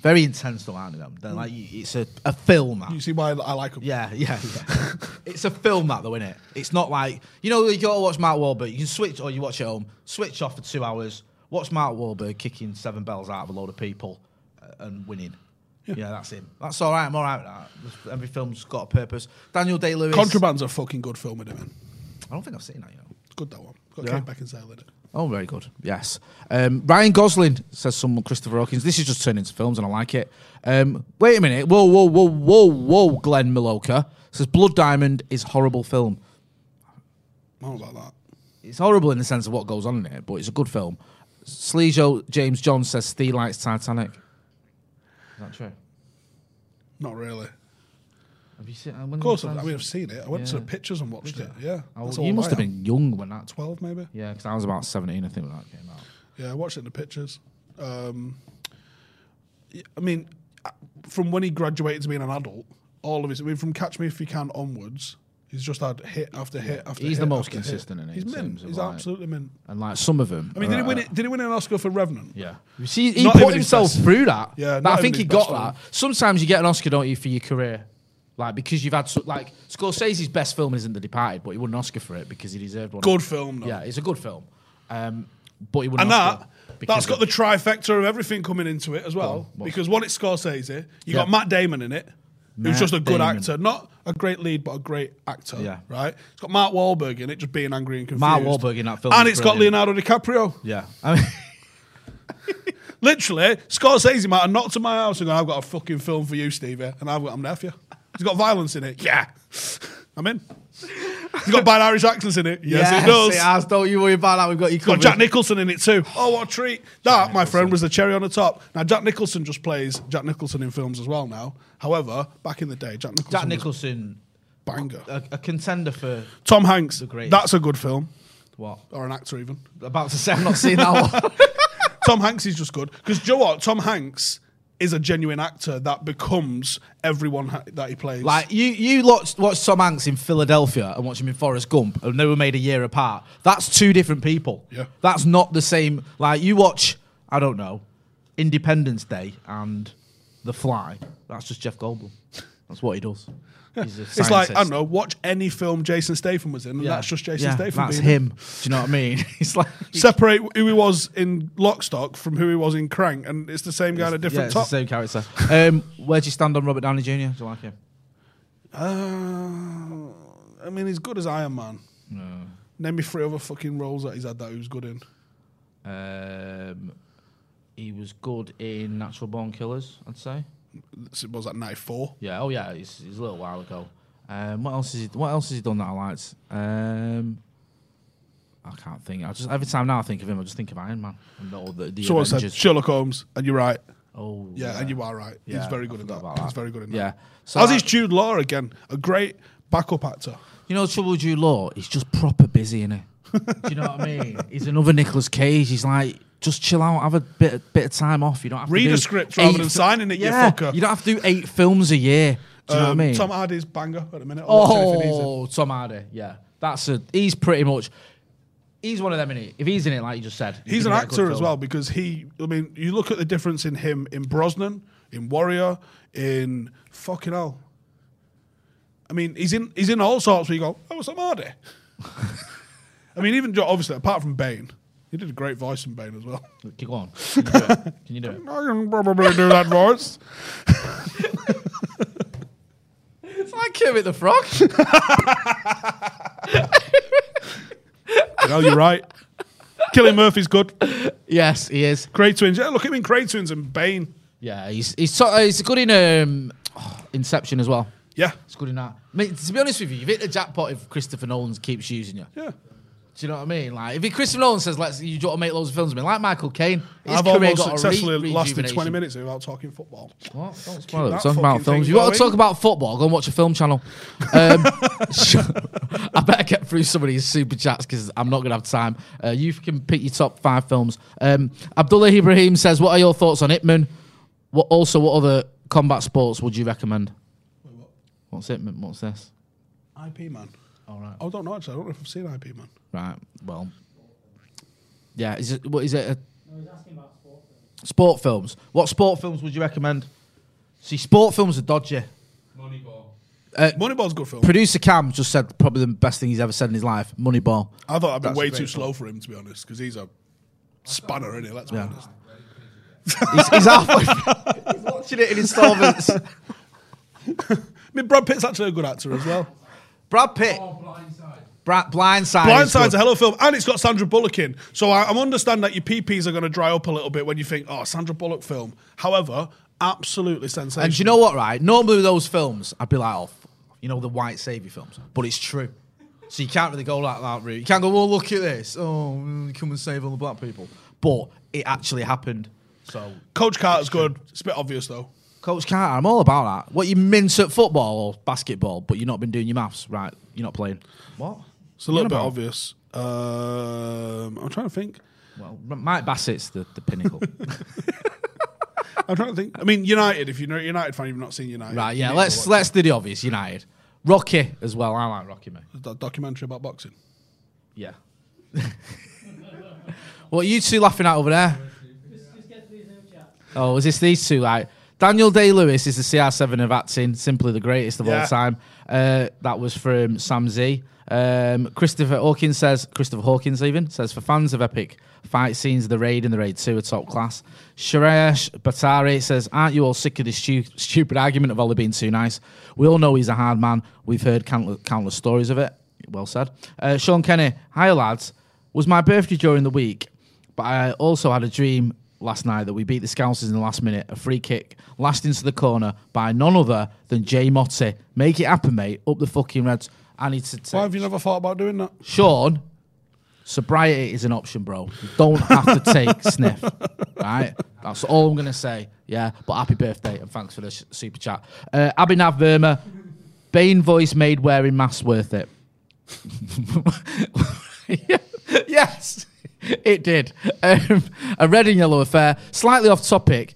[SPEAKER 3] Very intense though, aren't they? them? They're like you- it's a, a film. That.
[SPEAKER 2] You see why I like him?
[SPEAKER 3] Yeah, yeah, yeah. it's a film that though, isn't it? It's not like you know you gotta watch Mark Wahlberg. You can switch or you watch it at home. Switch off for two hours. Watch Mark Wahlberg kicking seven bells out of a load of people uh, and winning. Yeah, that's him. That's all right. I'm all right with that. Every film's got a purpose. Daniel Day Lewis.
[SPEAKER 2] Contraband's a fucking good film with him in.
[SPEAKER 3] I don't think I've seen that. You know.
[SPEAKER 2] It's good that one. Got Kate Beckinsale in it.
[SPEAKER 3] Oh, very good. Yes. Um, Ryan Gosling says someone, Christopher Hawkins. This is just turning into films and I like it. Um, wait a minute. Whoa, whoa, whoa, whoa, whoa, Glenn Maloka says Blood Diamond is horrible film.
[SPEAKER 2] I don't know about that.
[SPEAKER 3] It's horrible in the sense of what goes on in it, but it's a good film. Sleejo James John says Steve likes Titanic. Is that true?
[SPEAKER 2] Not really.
[SPEAKER 3] Have you seen uh,
[SPEAKER 2] Of course, I mean, I've seen it. I went to
[SPEAKER 3] Yeah.
[SPEAKER 2] the pictures and watched it. Yeah. that's
[SPEAKER 3] Oh, you
[SPEAKER 2] all
[SPEAKER 3] must
[SPEAKER 2] I
[SPEAKER 3] have
[SPEAKER 2] am.
[SPEAKER 3] been young when that.
[SPEAKER 2] 12, maybe.
[SPEAKER 3] Yeah, because I was about 17, I think, when that came out.
[SPEAKER 2] Yeah, I watched it in the pictures. Um, y- I mean, uh, from when he graduated to being an adult, all of his, I mean, from Catch Me If You Can onwards, he's just had hit after hit after
[SPEAKER 3] He's
[SPEAKER 2] hit
[SPEAKER 3] the most
[SPEAKER 2] after hit.
[SPEAKER 3] consistent in it,
[SPEAKER 2] He's
[SPEAKER 3] in
[SPEAKER 2] mint.
[SPEAKER 3] terms of
[SPEAKER 2] He's
[SPEAKER 3] like-
[SPEAKER 2] absolutely mint.
[SPEAKER 3] And like some of them.
[SPEAKER 2] I mean, did he win it? Did he win an Oscar for Revenant?
[SPEAKER 3] Uh, Yeah. You see, he
[SPEAKER 2] Not
[SPEAKER 3] put
[SPEAKER 2] even his
[SPEAKER 3] himself
[SPEAKER 2] best.
[SPEAKER 3] through that.
[SPEAKER 2] Yeah,
[SPEAKER 3] But
[SPEAKER 2] not
[SPEAKER 3] I
[SPEAKER 2] even
[SPEAKER 3] think he
[SPEAKER 2] his
[SPEAKER 3] got
[SPEAKER 2] best
[SPEAKER 3] that. Sometimes you get an Oscar, don't you, for your career? Like, because you've had, so, like, Scorsese's best film isn't The Departed, but he won an Oscar for it because he deserved one.
[SPEAKER 2] Good film, though.
[SPEAKER 3] Yeah, it's a good film. Um, but he won
[SPEAKER 2] And
[SPEAKER 3] an Oscar.
[SPEAKER 2] that, that's
[SPEAKER 3] because
[SPEAKER 2] got the
[SPEAKER 3] of-
[SPEAKER 2] trifecta of everything coming into it as well.
[SPEAKER 3] what's-
[SPEAKER 2] because one, it's Scorsese. You
[SPEAKER 3] Yeah.
[SPEAKER 2] got Matt Damon in it,
[SPEAKER 3] Matt
[SPEAKER 2] who's just a good
[SPEAKER 3] Damon.
[SPEAKER 2] actor. Not a great lead, but a great actor.
[SPEAKER 3] Yeah.
[SPEAKER 2] Right? It's got Mark Wahlberg in it, just being angry and confused.
[SPEAKER 3] Mark Wahlberg in that film
[SPEAKER 2] And
[SPEAKER 3] is
[SPEAKER 2] it's got
[SPEAKER 3] brilliant.
[SPEAKER 2] Leonardo DiCaprio.
[SPEAKER 3] Yeah. I mean,
[SPEAKER 2] Literally, Scorsese might have knocked to my house and gone, I've got a fucking film for you, Stevie. And I've got, I'm there for you. He's got violence in it. Yeah. I'm in. He's got bad Irish accents in it. Yes, it does.
[SPEAKER 3] has. Don't you worry about that. We've got you
[SPEAKER 2] Got
[SPEAKER 3] covered.
[SPEAKER 2] Jack Nicholson in it too. Oh, what a treat. That, my friend, was the cherry on the top. Now, Jack Nicholson just plays Jack Nicholson in films as well now. However, back in the day, Jack Nicholson.
[SPEAKER 3] Jack
[SPEAKER 2] was
[SPEAKER 3] Nicholson,
[SPEAKER 2] a banger.
[SPEAKER 3] a, a contender for
[SPEAKER 2] Tom Hanks.
[SPEAKER 3] greatest.
[SPEAKER 2] That's a good film,
[SPEAKER 3] what?
[SPEAKER 2] or an actor even.
[SPEAKER 3] About to say, I've not seen that one.
[SPEAKER 2] Tom Hanks is just good. Because do you know what? Tom Hanks is a genuine actor that becomes everyone ha- that he plays.
[SPEAKER 3] Like you, you watched, watched Tom Hanks in Philadelphia and watched him in Forrest Gump, and they were made a year apart. That's two different people.
[SPEAKER 2] Yeah.
[SPEAKER 3] that's not the same. Like you watch, I don't know, Independence Day and The Fly. That's just Jeff Goldblum. That's what he does. He's a
[SPEAKER 2] it's like, I
[SPEAKER 3] scientist.
[SPEAKER 2] don't know, watch any film Jason Statham was in, and that's just Jason
[SPEAKER 3] yeah,
[SPEAKER 2] Statham.
[SPEAKER 3] That's
[SPEAKER 2] being in.
[SPEAKER 3] him. Do you know what I mean? It's like
[SPEAKER 2] Separate who he was in Lockstock from who he was in Crank, and it's the same guy in a
[SPEAKER 3] yeah,
[SPEAKER 2] different
[SPEAKER 3] it's
[SPEAKER 2] top.
[SPEAKER 3] the same character. Um, where do you stand on Robert Downey Jr.? Do you like him?
[SPEAKER 2] Uh, I mean, he's good as Iron Man. Name me three other fucking roles that he's had that he was good in.
[SPEAKER 3] Um, he was good in Natural Born Killers, I'd say.
[SPEAKER 2] This was that night four.
[SPEAKER 3] Yeah. Oh yeah. It's, it's a little while ago. Um, what else is he, What else has he done that I liked? Um, I can't think. I just every time now I think of him, I just think of Iron Man and all the, the
[SPEAKER 2] Someone
[SPEAKER 3] Avengers.
[SPEAKER 2] said Sherlock Holmes, and you're right.
[SPEAKER 3] oh
[SPEAKER 2] Yeah, and you are right.
[SPEAKER 3] Yeah,
[SPEAKER 2] he's very
[SPEAKER 3] I
[SPEAKER 2] good in
[SPEAKER 3] forgot
[SPEAKER 2] that.
[SPEAKER 3] about that.
[SPEAKER 2] He's very good in that.
[SPEAKER 3] Yeah. So
[SPEAKER 2] So As
[SPEAKER 3] I-
[SPEAKER 2] is Jude Law again, a great backup actor.
[SPEAKER 3] You know, the trouble with Drew Law, he's just proper busy in it. Do you know what I mean? He's another Nicolas Cage. He's like, just chill out, have a bit of, bit of time off. You don't have
[SPEAKER 2] Read
[SPEAKER 3] to
[SPEAKER 2] a
[SPEAKER 3] do
[SPEAKER 2] script rather than
[SPEAKER 3] eight-
[SPEAKER 2] signing it, you
[SPEAKER 3] yeah,
[SPEAKER 2] fucker.
[SPEAKER 3] You don't have to do eight films a year. Do you know
[SPEAKER 2] Um,
[SPEAKER 3] what I mean?
[SPEAKER 2] Tom Hardy's banger at the minute. I'll watch anything he's in.
[SPEAKER 3] Oh, Tom Hardy. Yeah, that's a. He's pretty much. He's one of them in it. If he's in it, like you just said,
[SPEAKER 2] He's an actor as well because he. I mean, you look at the difference in him in Brosnan, in Warrior, in fucking hell. I mean, he's in he's in all sorts. Where you go, oh, it's Amadi. I mean, even jo- obviously apart from Bane, he did a great voice in Bane as well.
[SPEAKER 3] Go on. Can you do it? Can you do it?
[SPEAKER 2] I can probably do that voice.
[SPEAKER 3] It's like Kermit the Frog.
[SPEAKER 2] you know, you're right. Killing Murphy's good.
[SPEAKER 3] yes, he is.
[SPEAKER 2] Grey Twins. Yeah, look at him in Grey Twins and Bane.
[SPEAKER 3] Yeah, he's he's so, uh, he's good in um, oh, Inception as well.
[SPEAKER 2] Yeah,
[SPEAKER 3] He's good in that. I mean, to be honest with you, you've hit the jackpot if Christopher Nolan keeps using you.
[SPEAKER 2] yeah.
[SPEAKER 3] Do you know what I mean? Like, if he- Christopher Nolan says, "Let's you want to make loads of films," with me," like Michael Caine, his
[SPEAKER 2] I've
[SPEAKER 3] career
[SPEAKER 2] almost
[SPEAKER 3] got a
[SPEAKER 2] successfully
[SPEAKER 3] re-
[SPEAKER 2] lasted 20
[SPEAKER 3] rejuvenation.
[SPEAKER 2] minutes without talking football.
[SPEAKER 3] What? Don't spoil it.
[SPEAKER 2] that
[SPEAKER 3] Talk about
[SPEAKER 2] fucking
[SPEAKER 3] films.
[SPEAKER 2] thing
[SPEAKER 3] You want to
[SPEAKER 2] going.
[SPEAKER 3] talk about football? Go and watch a film channel. Um, I better get through some of these super chats because I'm not going to have time. Uh, you can pick your top five films. Um, Abdullah Ibrahim says, "What are your thoughts on Ipman? What also? What other combat sports would you recommend? What's Ipman? What's this?
[SPEAKER 2] IP man.
[SPEAKER 3] All right,
[SPEAKER 2] I don't know actually. I don't know if I've seen IP man.
[SPEAKER 3] right. Well, yeah. Is it what is it? A,
[SPEAKER 4] No, he's asking about sport. films.
[SPEAKER 3] sport films. What sport films would you recommend? See, sport films are dodgy.
[SPEAKER 4] Moneyball.
[SPEAKER 3] Uh,
[SPEAKER 2] Moneyball's a good film.
[SPEAKER 3] Producer Cam just said probably the best thing he's ever said in his life. Moneyball.
[SPEAKER 2] I thought I'd been
[SPEAKER 3] That's
[SPEAKER 2] way
[SPEAKER 3] a great
[SPEAKER 2] too slow for him, to be honest, because he's a spanner, isn't he? Let's
[SPEAKER 3] Yeah.
[SPEAKER 2] be honest.
[SPEAKER 3] He's, he's halfway. he's watching it in installments.
[SPEAKER 2] I mean, Brad Pitt's actually a good actor as well.
[SPEAKER 3] Brad Pitt.
[SPEAKER 4] Oh, blindside.
[SPEAKER 3] Bra- Blindside. is
[SPEAKER 2] Blindside's
[SPEAKER 3] good.
[SPEAKER 2] a hell of a film, and it's got Sandra Bullock in. So I, I understand that your PPs are going to dry up a little bit when you think, oh, Sandra Bullock film. However, absolutely sensational.
[SPEAKER 3] And do you know what, right? Normally with those films, I'd be like, oh, f- you know, the white savior films, but it's true. So you can't really go that, that route. You can't go, well, look at this. Oh, mm, come and save all the black people. But it actually happened. So,
[SPEAKER 2] Coach Carter's good. It's a bit obvious though.
[SPEAKER 3] Coach Carter, I'm all about that. What, you mince at football or basketball, but you've not been doing your maths, right? You're not playing. What?
[SPEAKER 2] It's a little bit obvious. Um, I'm trying to think.
[SPEAKER 3] Well, M- Mike Bassett's the, the pinnacle.
[SPEAKER 2] I'm trying to think. I mean, United. If you're not a United fan, you've not seen United.
[SPEAKER 3] right,
[SPEAKER 2] You
[SPEAKER 3] yeah,
[SPEAKER 2] need
[SPEAKER 3] let's
[SPEAKER 2] to watch
[SPEAKER 3] let's do the obvious, United. Rocky as well. I like Rocky, mate.
[SPEAKER 2] that documentary about boxing.
[SPEAKER 3] Yeah. what are you two laughing at over there?
[SPEAKER 4] Just, just get these in chat.
[SPEAKER 3] Oh, is this these two? Like Daniel Day Lewis is the CR7 of acting, simply the greatest of
[SPEAKER 2] Yeah.
[SPEAKER 3] all time. Uh, that was from Sam Z. Um, Christopher Hawkins says Christopher Hawkins even says for fans of epic fight scenes, the raid and the raid two are top class. Sharesh Batari says, "Aren't you all sick of this stu- stupid argument of Ollie being too nice? We all know he's a hard man. We've heard countless, countless stories of it." Well said. Uh, Sean Kenny, hi lads. Was my birthday during the week? But I also had a dream last night that we beat the Scousers in the last minute, a free kick last into the corner by none other than Jay Motti. Make it happen, mate. Up the fucking Reds. I need to
[SPEAKER 2] Why
[SPEAKER 3] take
[SPEAKER 2] have you never thought about doing that?
[SPEAKER 3] Sean. Sobriety is an option, bro. You don't have to take sniff. Right? That's all I'm gonna say. Yeah. But happy birthday and thanks for the sh- super chat. Uh, Abhinav Verma, Bane voice made wearing masks worth it. yes, it did. Um, a red and yellow affair. Slightly off topic.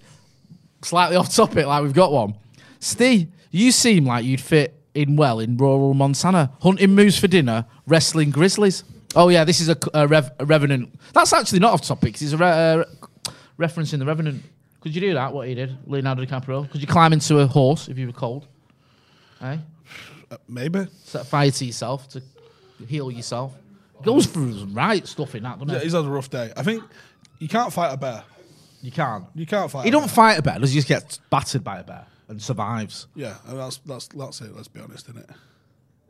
[SPEAKER 3] Slightly off topic, like we've got one. Steve, you seem like you'd fit in well in rural Montana, hunting moose for dinner, wrestling grizzlies. Oh yeah, this is a, c- a rev, a revenant. That's actually not off topic. 'cause It's a re, uh, reference in the revenant. Could you do that? What he did, Leonardo DiCaprio? Could you climb into a horse if you were cold? Eh?
[SPEAKER 2] Uh, maybe.
[SPEAKER 3] set fire to yourself to heal yourself. Goes through some right stuff in that, doesn't
[SPEAKER 2] Yeah,
[SPEAKER 3] it?
[SPEAKER 2] he's had a rough day. I think you can't fight a bear.
[SPEAKER 3] You can't.
[SPEAKER 2] You can't fight.
[SPEAKER 3] He
[SPEAKER 2] a
[SPEAKER 3] don't
[SPEAKER 2] bear.
[SPEAKER 3] fight a bear. Does he just get battered by a bear and survives?
[SPEAKER 2] Yeah, and that's that's that's it. Let's be honest, isn't it?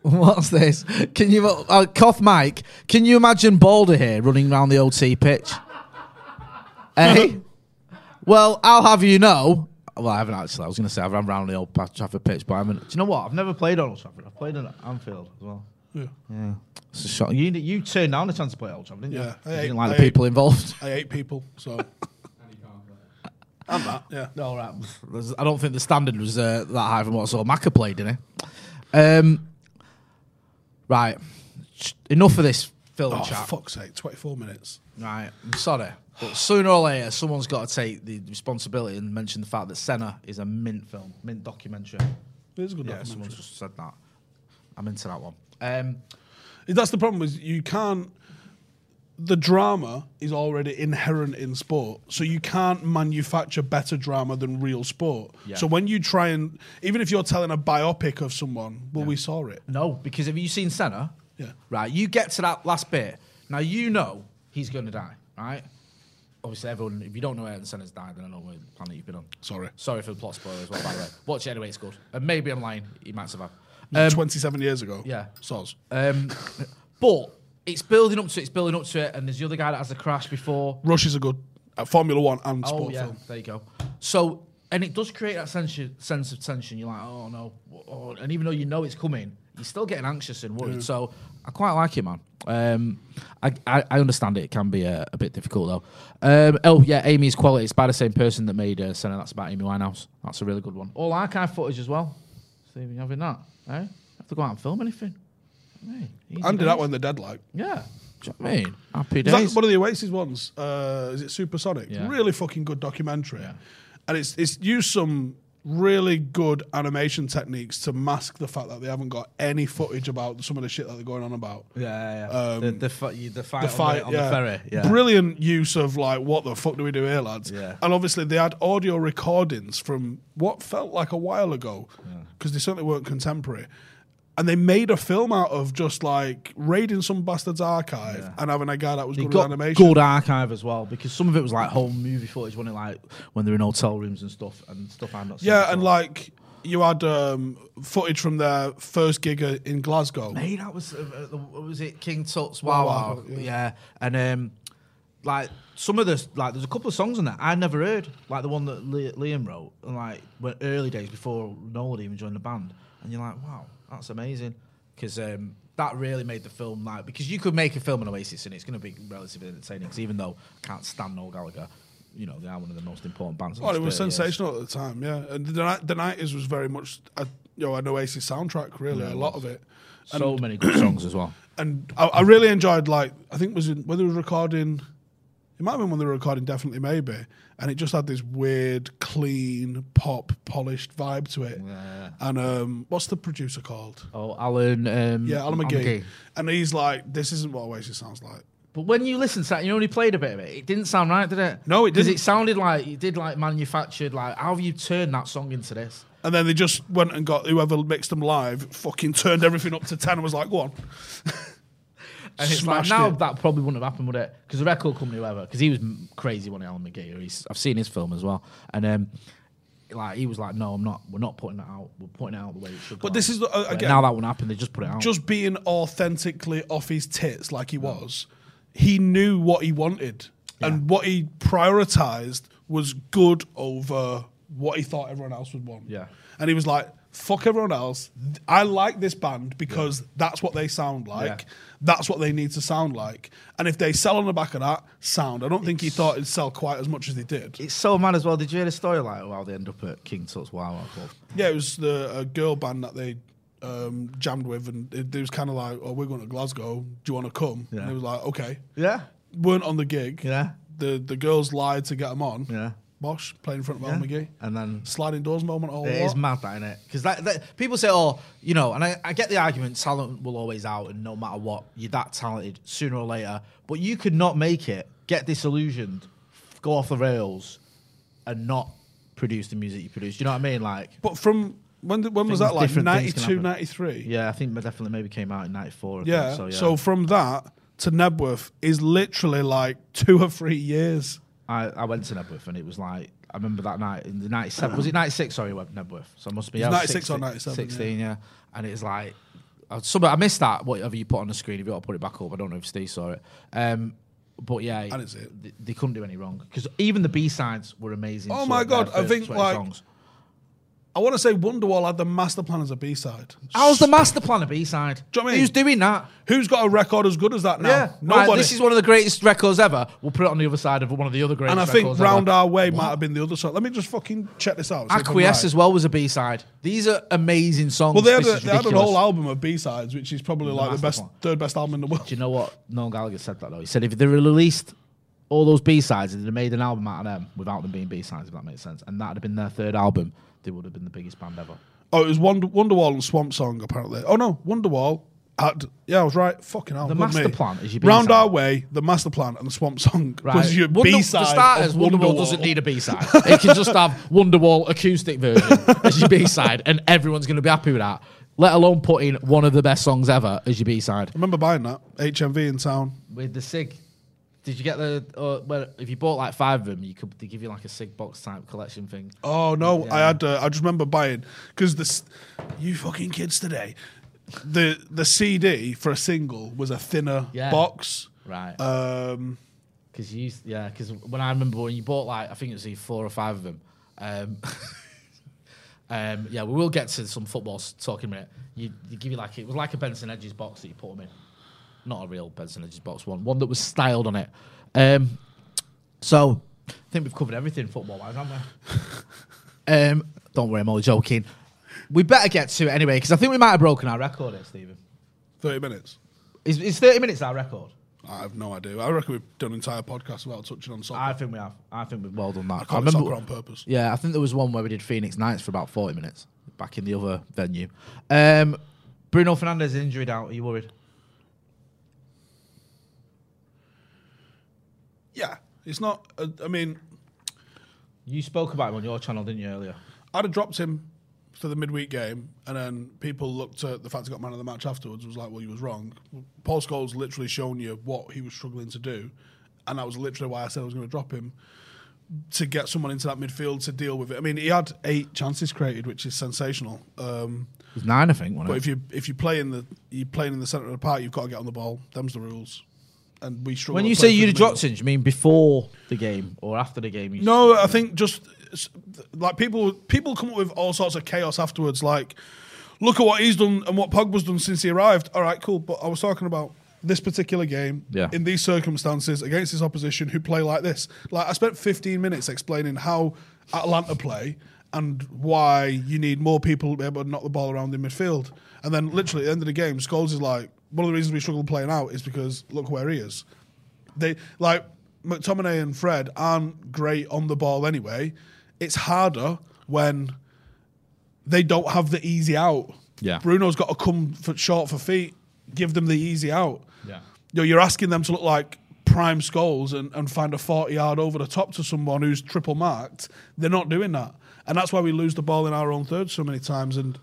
[SPEAKER 3] What's this? Can you uh, cough, Mike? Can you imagine Balder here running around the OT pitch? hey, well, I'll have you know. Well, I haven't actually. I was going to say I've run around the old Pat- Trafford pitch, but I haven't. Do you know what? I've never played on Old Trafford. I've played on Anfield as well.
[SPEAKER 2] Yeah.
[SPEAKER 3] It's a shot. You you turned down the chance to play at Old Trafford, didn't you?
[SPEAKER 2] Yeah. I
[SPEAKER 3] You
[SPEAKER 2] hate-
[SPEAKER 3] didn't like
[SPEAKER 2] I
[SPEAKER 3] the
[SPEAKER 2] hate-
[SPEAKER 3] people involved.
[SPEAKER 2] I hate people, so
[SPEAKER 4] And he can't play.
[SPEAKER 2] I'm that. Yeah.
[SPEAKER 3] No, right. There's- I don't think the standard was uh, that high from what I saw Macca played, didn't he? Um, right. Sh- Enough of this film
[SPEAKER 2] Oh,
[SPEAKER 3] chat.
[SPEAKER 2] fuck's sake! Twenty-four minutes.
[SPEAKER 3] Right. I'm sorry. But sooner or later, someone's got to take the responsibility and mention the fact that Senna is a mint film, mint documentary.
[SPEAKER 2] It is a good
[SPEAKER 3] Yeah,
[SPEAKER 2] documentary.
[SPEAKER 3] someone's just said that. I'm into that one. Um,
[SPEAKER 2] That's the problem is you can't. The drama is already inherent in sport, so you can't manufacture better drama than real sport.
[SPEAKER 3] Yeah.
[SPEAKER 2] So when you try and, even if you're telling a biopic of someone, well, we saw it.
[SPEAKER 3] no, because have you seen Senna?
[SPEAKER 2] Yeah.
[SPEAKER 3] Right. You get to that last bit. Now you know he's going to die, right? Obviously, everyone, if you don't know Ayrton Senna's died, then I don't know what planet you've been on.
[SPEAKER 2] Sorry.
[SPEAKER 3] Sorry for the plot spoiler as well, by the way. Watch it anyway, it's good. And maybe I'm lying, he might survive. Um,
[SPEAKER 2] 27 years ago.
[SPEAKER 3] yeah.
[SPEAKER 2] Soz.
[SPEAKER 3] um, but it's building up to it, it's building up to it, and there's the other guy that has the crash before.
[SPEAKER 2] Rush is a good uh, Formula One and
[SPEAKER 3] Oh,
[SPEAKER 2] sport
[SPEAKER 3] yeah,
[SPEAKER 2] film.
[SPEAKER 3] there you go. So, and it does create that sense, sense of tension. You're like, oh no. Oh, and even though you know it's coming, you're still getting anxious and worried. So, I quite like it, man. Um, I, I, I understand it. It can be a, a bit difficult, though. Um, oh, yeah, Amy's Quality. It's by the same person that made uh, Senna. That's about Amy Winehouse. That's a really good one. All archive footage as well. Steve, you having that? Eh? You have to go out and film anything. Hey, easy eh?
[SPEAKER 2] And did
[SPEAKER 3] days.
[SPEAKER 2] that when they're dead, like.
[SPEAKER 3] Yeah. Do you know what I mean? Happy
[SPEAKER 2] Is
[SPEAKER 3] days.
[SPEAKER 2] that one of the Oasis ones? Uh, is it Supersonic?
[SPEAKER 3] Yeah.
[SPEAKER 2] Really fucking good documentary, and it's it's used some really good animation techniques to mask the fact that they haven't got any footage about some of the shit that they're going on about.
[SPEAKER 3] Uh, Yeah, yeah.
[SPEAKER 2] Um,
[SPEAKER 3] the, the, fi- you- the fight,
[SPEAKER 2] The fight,
[SPEAKER 3] on, the, on
[SPEAKER 2] yeah.
[SPEAKER 3] the ferry. Yeah.
[SPEAKER 2] Brilliant use of like, what the fuck do we do here, lads?
[SPEAKER 3] Yeah.
[SPEAKER 2] And obviously, they had audio recordings from what felt like a while ago, because they certainly weren't contemporary. And they made a film out of just like raiding some bastard's archive and having a guy that was
[SPEAKER 3] They
[SPEAKER 2] good
[SPEAKER 3] got
[SPEAKER 2] at animation.
[SPEAKER 3] good archive as well because some of it was like home movie footage, wasn't it? Like when they're in hotel rooms and stuff and stuff. I'm not. seeing
[SPEAKER 2] Yeah,
[SPEAKER 3] before.
[SPEAKER 2] and like you had um, footage from their first gig uh, in Glasgow.
[SPEAKER 3] Hey, that was uh, uh, the, what was it King Tut's Wow
[SPEAKER 2] Wow
[SPEAKER 3] Wow?
[SPEAKER 2] Wow, yeah.
[SPEAKER 3] Yeah. and um, like some of this, like there's a couple of songs in there I never heard, like the one that Li- Liam wrote, and like went early days before Noel even joined the band, and you're like, wow, that's amazing, because um, that really made the film like because you could make a film on Oasis and it's going to be relatively entertaining, 'cause even though I can't stand Noel Gallagher, you know they are one of the most important bands. of
[SPEAKER 2] Well,
[SPEAKER 3] the
[SPEAKER 2] it was
[SPEAKER 3] 30 years.
[SPEAKER 2] sensational at the time, yeah. And the, Ni- the nineties was very much a, you know an Oasis soundtrack, really, a lot of it.
[SPEAKER 3] So many good songs as well.
[SPEAKER 2] And I, I really enjoyed like I think it was in, when they were recording. It might have been when they were recording, definitely maybe. And it just had this weird, clean, pop, polished vibe to it. And um, what's the producer called?
[SPEAKER 3] Oh, Alan. Um,
[SPEAKER 2] Yeah, Mm, Alan McGee. And he's like, "This isn't what Oasis sounds like."
[SPEAKER 3] But when you listen to that, you only played a bit of it. It didn't sound right, did it?
[SPEAKER 2] No, it
[SPEAKER 3] Because
[SPEAKER 2] didn't.
[SPEAKER 3] it sounded like you did like manufactured. Like how have you turned that song into this?
[SPEAKER 2] And then they just went and got whoever mixed them live, fucking turned everything up to ten, and was like, "Go on."
[SPEAKER 3] And it's
[SPEAKER 2] Smashed
[SPEAKER 3] like now
[SPEAKER 2] it.
[SPEAKER 3] that probably wouldn't have happened, would it? Because the record company, whoever, because he was m- crazy one, Alan McGee. Or he's, I've seen his film as well, and um, like he was like, no, I'm not. We're not putting that out. We're putting it out the way it should.
[SPEAKER 2] But
[SPEAKER 3] go
[SPEAKER 2] this
[SPEAKER 3] out."
[SPEAKER 2] is the- uh,
[SPEAKER 3] But
[SPEAKER 2] again-
[SPEAKER 3] now that one happened. They just put it out.
[SPEAKER 2] just being authentically off his tits like he was, he knew what he wanted. And what he prioritized was good over what he thought everyone else would want.
[SPEAKER 3] Yeah.
[SPEAKER 2] And he was like, fuck everyone else. Th- I like this band because that's what they sound like.
[SPEAKER 3] Yeah.
[SPEAKER 2] That's what they need to sound like. And if they sell on the back of that sound, I don't think he thought it'd sell quite as much as they did.
[SPEAKER 3] it's so mad as well. Did you hear the story like how they end up at King Tut's Wow Wow Club?
[SPEAKER 2] Yeah, it was the a girl band that they um, jammed with, and it, it was kind of like, "Oh, we're going to Glasgow. Do you want to come?"
[SPEAKER 3] Yeah.
[SPEAKER 2] And it was like, "Okay."
[SPEAKER 3] Yeah,
[SPEAKER 2] Weren't on the gig.
[SPEAKER 3] Yeah.
[SPEAKER 2] The the girls lied to get them on.
[SPEAKER 3] Yeah.
[SPEAKER 2] Bosh playing in front of
[SPEAKER 3] yeah.
[SPEAKER 2] Al McGee.
[SPEAKER 3] and then
[SPEAKER 2] Sliding doors moment. All
[SPEAKER 3] It is mad, that innit? Because that, that- people say, "Oh, you know," and I, I get the argument: talent will always out, and no matter what, you're that talented sooner or later. But you could not make it, get disillusioned, go off the rails, and not produce the music you produce. Do you know what I mean? Like,
[SPEAKER 2] But from when did- when was
[SPEAKER 3] Things-
[SPEAKER 2] that like
[SPEAKER 3] different things
[SPEAKER 2] 92,
[SPEAKER 3] can happen.
[SPEAKER 2] 93?
[SPEAKER 3] yeah, I think that definitely maybe came out in '94. I
[SPEAKER 2] Yeah.
[SPEAKER 3] think, so yeah.
[SPEAKER 2] So from that to Nebworth is literally like two or three years.
[SPEAKER 3] I, I went to Nebworth, and it was like I remember that night in the '97. Was it '96? Sorry, I went to Nebworth, so it must be
[SPEAKER 2] It was
[SPEAKER 3] I
[SPEAKER 2] 96 or 97,
[SPEAKER 3] 16, yeah. And it's like I, some, I missed that. Whatever you put on the screen, if you want to put it back up, I don't know if Steve saw it. Um, but yeah, I
[SPEAKER 2] didn't see it.
[SPEAKER 3] They, they couldn't do any wrong because even the B sides were amazing.
[SPEAKER 2] Oh
[SPEAKER 3] to
[SPEAKER 2] my
[SPEAKER 3] their
[SPEAKER 2] God, I
[SPEAKER 3] first
[SPEAKER 2] think,
[SPEAKER 3] 20
[SPEAKER 2] like-
[SPEAKER 3] songs.
[SPEAKER 2] I want to say Wonderwall had the master plan as a B side.
[SPEAKER 3] how's the master plan of B side?
[SPEAKER 2] Do you know what I mean?
[SPEAKER 3] Who's doing that?
[SPEAKER 2] Who's got a record as good as that now?
[SPEAKER 3] Yeah,
[SPEAKER 2] Nobody.
[SPEAKER 3] Like, this is one of the greatest records ever. We'll put it on the other side of one of the other greatest.
[SPEAKER 2] And I think
[SPEAKER 3] records
[SPEAKER 2] Round
[SPEAKER 3] ever.
[SPEAKER 2] Our Way might have been the other side. Let me just fucking check this out. see if I'm
[SPEAKER 3] Acquiesce
[SPEAKER 2] right.
[SPEAKER 3] as well was a B side. These are amazing songs.
[SPEAKER 2] Well, they had,
[SPEAKER 3] This
[SPEAKER 2] a,
[SPEAKER 3] is
[SPEAKER 2] they had an
[SPEAKER 3] ridiculous.
[SPEAKER 2] whole album of B sides, which is probably like the
[SPEAKER 3] that's
[SPEAKER 2] best,
[SPEAKER 3] the point.
[SPEAKER 2] third best album in the world.
[SPEAKER 3] Do you know what Noel Gallagher said that though? He said if they released all those B sides and they made an album out of them without them being B sides, if that makes sense, and that'd have been their third album, they would have been the biggest band ever.
[SPEAKER 2] Oh, it was Wonder, Wonderwall and Swamp Song apparently. Oh no, Wonderwall. Had, yeah, I was right. Fucking hell.
[SPEAKER 3] The
[SPEAKER 2] good
[SPEAKER 3] Master
[SPEAKER 2] me.
[SPEAKER 3] Plan is your B-side.
[SPEAKER 2] Round Our Way, the Master Plan, and the Swamp Song was your
[SPEAKER 3] Wonder-
[SPEAKER 2] B side.
[SPEAKER 3] For starters, Wonderwall doesn't need a B side. it can just have Wonderwall acoustic version as your B side, and everyone's going to be happy with that. Let alone putting one of the best songs ever as your B side.
[SPEAKER 2] I remember buying that HMV in town.
[SPEAKER 3] with the sig. Did you get the? Uh, well, if you bought like five of them, you could they give you like a sig box type collection thing.
[SPEAKER 2] Oh no, I
[SPEAKER 3] Yeah.
[SPEAKER 2] had. Uh, I just remember buying because this, you fucking kids today, the the CD for a single was a thinner
[SPEAKER 3] Yeah.
[SPEAKER 2] box.
[SPEAKER 3] Right.
[SPEAKER 2] Um,
[SPEAKER 3] Because you used, yeah. Because when I remember when you bought like I think it was either four or five of them. Um, um, yeah, we will get to some football s- talk in a minute. You, you give you like it was like a Benson Edges box that you put them in, not a real Benson Edges box one, one that was styled on it. Um, so I think we've covered everything football wise, haven't we? um, don't worry, I'm only joking. We better get to it anyway because I think we might have broken our record here, Stephen.
[SPEAKER 2] Thirty minutes.
[SPEAKER 3] Is, is 30 minutes our record?
[SPEAKER 2] I have no idea. I reckon we've done entire podcasts without touching on soccer.
[SPEAKER 3] I
[SPEAKER 2] I,
[SPEAKER 3] think we have. I think we've well done that. I
[SPEAKER 2] call it
[SPEAKER 3] remember-
[SPEAKER 2] soccer on purpose.
[SPEAKER 3] Yeah, I think there was one where we did Phoenix Nights for about 40 minutes back in the other venue. Um, Bruno Fernandez injured out. Are you worried?
[SPEAKER 2] Yeah, it's not. Uh, I mean,
[SPEAKER 3] You spoke about him on your channel, didn't you, earlier?
[SPEAKER 2] I'd have dropped him for the midweek game, and then people looked at the fact he got man of the match afterwards. and Was like, well, you was wrong. Paul Scholes literally shown you what he was struggling to do, and that was literally why I said I was going to drop him. to get someone into that midfield to deal with it. I mean, he had eight chances created, which is sensational. Um,
[SPEAKER 3] It was nine, I think. Wasn't
[SPEAKER 2] but
[SPEAKER 3] it?
[SPEAKER 2] if you if you play in the you're playing in the centre of the park, you've got to get on the ball. Them's the rules. And we struggle.
[SPEAKER 3] When
[SPEAKER 2] to
[SPEAKER 3] you
[SPEAKER 2] play
[SPEAKER 3] say
[SPEAKER 2] through
[SPEAKER 3] you'd have
[SPEAKER 2] the middle.
[SPEAKER 3] dropped in, do you mean before the game or after the game? You
[SPEAKER 2] No, I think just like people people come up with all sorts of chaos afterwards. Like, look at what he's done and what Pogba's done since he arrived. All right, cool. But I was talking about this particular game
[SPEAKER 3] Yeah.
[SPEAKER 2] in these circumstances against this opposition who play like this. Like, I spent 15 minutes explaining how Atlanta play and why you need more people to be able to knock the ball around in midfield. And then literally at the end of the game, Scholes is like, one of the reasons we struggle playing out is because look where he is they like McTominay and Fred aren't great on the ball anyway. It's harder when they don't have the easy out.
[SPEAKER 3] Yeah.
[SPEAKER 2] Bruno's got to come for, short for feet, give them the easy out.
[SPEAKER 3] Yeah.
[SPEAKER 2] You know, you're asking them to look like prime skulls and, and find a 40 yard over the top to someone who's triple marked. They're not doing that. And that's why we lose the ball in our own third so many times. And,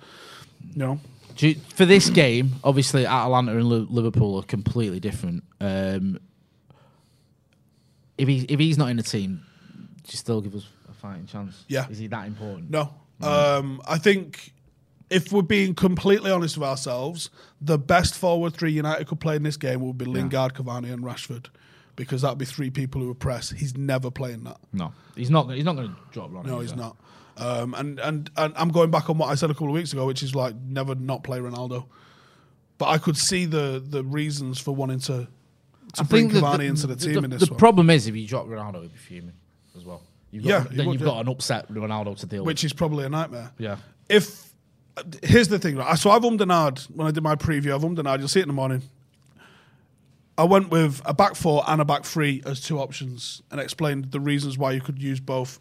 [SPEAKER 2] you know,
[SPEAKER 3] Do you- for this game, obviously Atalanta and Lu- Liverpool are completely different. Um, if he if he's not in the team, do you still give us a fighting chance?
[SPEAKER 2] Yeah.
[SPEAKER 3] Is he that important?
[SPEAKER 2] No. Um, I think if we're being completely honest with ourselves, the best forward three United could play in this game would be Lingard, Cavani, and Rashford, because that'd be three people who would press. He's never playing that.
[SPEAKER 3] No. He's not. He's not going to drop Ronaldo.
[SPEAKER 2] No, he's not. Um, and, and and I'm going back on what I said a couple of weeks ago, which is like never not play Ronaldo. But I could see the the reasons for wanting to to bring
[SPEAKER 3] that
[SPEAKER 2] Cavani into the, team
[SPEAKER 3] the,
[SPEAKER 2] in this
[SPEAKER 3] the
[SPEAKER 2] one,
[SPEAKER 3] problem is if you drop Ronaldo, he'd be fuming as well. You've got,
[SPEAKER 2] Yeah, he
[SPEAKER 3] Then
[SPEAKER 2] would,
[SPEAKER 3] you've
[SPEAKER 2] yeah.
[SPEAKER 3] got an upset Ronaldo to deal
[SPEAKER 2] which is probably a nightmare.
[SPEAKER 3] with. Yeah.
[SPEAKER 2] if here's the thing, right? So I've ummed and ahed when I did my preview. I've ummed and ahed. You'll see it in the morning. I went with a back four and a back three as two options and explained the reasons why you could use both.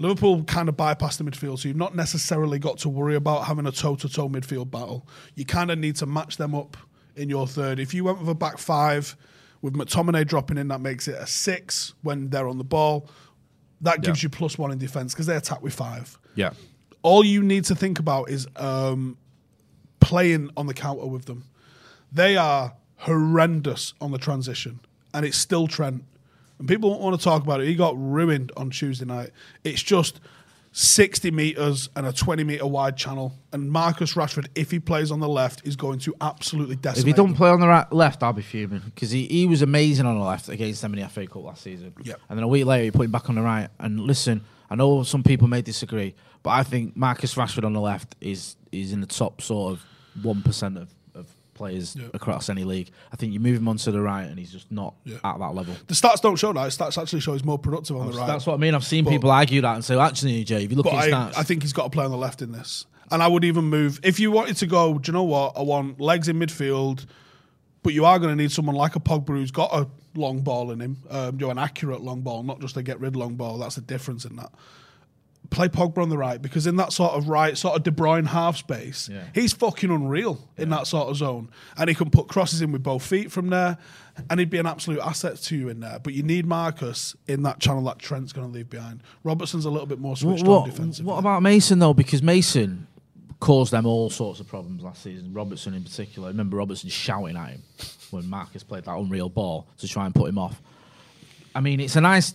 [SPEAKER 2] Liverpool kind of bypassed the midfield, so you've not necessarily got to worry about having a toe to toe midfield battle. You kind of need to match them up in your third. If you went with a back five with McTominay dropping in, that makes it a six when they're on the ball. That gives you plus one in defence because they attack with five
[SPEAKER 3] Yeah.
[SPEAKER 2] all you need to think about is um, playing on the counter with them. They are horrendous on the transition, and it's still Trent. And people won't want to talk about it. He got ruined on Tuesday night. It's just 60 metres and a 20 metre wide channel. And Marcus Rashford, if he plays on the left, is going to absolutely decimate.
[SPEAKER 3] If he
[SPEAKER 2] them.
[SPEAKER 3] don't play on the right, left, I'll be fuming because he, he was amazing on the left against them in the FA Cup last season.
[SPEAKER 2] Yep.
[SPEAKER 3] And then a week later, he put him back on the right. And listen, I know some people may disagree, but I think Marcus Rashford on the left is is in the top sort of one percent of, of players across any league. I think you move him onto the right, and he's just not
[SPEAKER 2] Yeah.
[SPEAKER 3] at that level.
[SPEAKER 2] the stats don't show that. The stats actually show he's more productive
[SPEAKER 3] Oh,
[SPEAKER 2] on the right.
[SPEAKER 3] That's what I mean. I've seen
[SPEAKER 2] But-
[SPEAKER 3] people argue that and say, well, actually, Jay, if you look
[SPEAKER 2] But
[SPEAKER 3] at his
[SPEAKER 2] I,
[SPEAKER 3] stats,
[SPEAKER 2] I think he's got to play on the left in this. And I would even move if you wanted to go. Do you know what? I want legs in midfield, but you are going to need someone like a Pogba who's got a long ball in him. Um, you know, an accurate long ball, not just a get rid long ball. That's the difference in that. Play Pogba on the right because in that sort of right, sort of De Bruyne half space,
[SPEAKER 3] Yeah.
[SPEAKER 2] he's fucking unreal in that sort of zone, and he can put crosses in with both feet from there, and he'd be an absolute asset to you in there. But you need Marcus in that channel that Trent's going to leave behind. Robertson's a little bit more
[SPEAKER 3] What,
[SPEAKER 2] switched on
[SPEAKER 3] what,
[SPEAKER 2] defensively.
[SPEAKER 3] what about Mason though? Because Mason caused them all sorts of problems last season. Robertson in particular. I remember Robertson shouting at him when Marcus played that unreal ball to try and put him off. I mean, it's a nice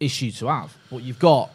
[SPEAKER 3] issue to have, but you've got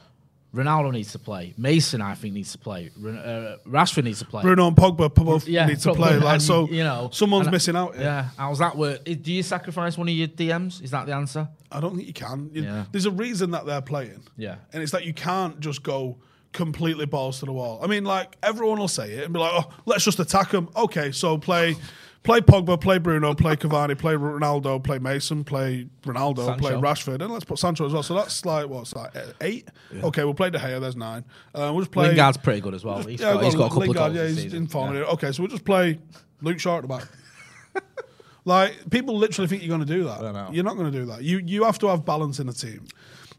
[SPEAKER 3] Ronaldo needs to play. Mason, I think, needs to play. Ren- uh, Rashford needs to play.
[SPEAKER 2] Bruno and Pogba both need to
[SPEAKER 3] but-
[SPEAKER 2] play.
[SPEAKER 3] and
[SPEAKER 2] Like so,
[SPEAKER 3] you know,
[SPEAKER 2] someone's
[SPEAKER 3] and I-
[SPEAKER 2] missing out. Here.
[SPEAKER 3] Yeah, how's that work? I- Do you sacrifice one of your DMs? Is that the answer?
[SPEAKER 2] I don't think you can. You-
[SPEAKER 3] Yeah.
[SPEAKER 2] There's a reason that they're playing.
[SPEAKER 3] Yeah.
[SPEAKER 2] and it's that you can't just go completely balls to the wall. I mean, like everyone will say it and be like, "Oh, let's just attack them." Okay, so play, play Pogba, play Bruno, play Cavani, play Ronaldo, play Mason, play Ronaldo,
[SPEAKER 3] Sancho.
[SPEAKER 2] play Rashford, and let's put Sancho as well. So that's like what's like eight? Okay, we'll play De Gea. There's nine. Uh, we'll just play.
[SPEAKER 3] Lingard's pretty good as well. He's
[SPEAKER 2] Yeah,
[SPEAKER 3] got, he's got a couple
[SPEAKER 2] Lingard,
[SPEAKER 3] of goals.
[SPEAKER 2] Yeah,
[SPEAKER 3] this
[SPEAKER 2] he's
[SPEAKER 3] season.
[SPEAKER 2] informing it. Okay, so we'll just play Luke Shaw at the back. like people literally think you're going to do that.
[SPEAKER 3] know.
[SPEAKER 2] You're not going to do that. You you have to have balance in the team.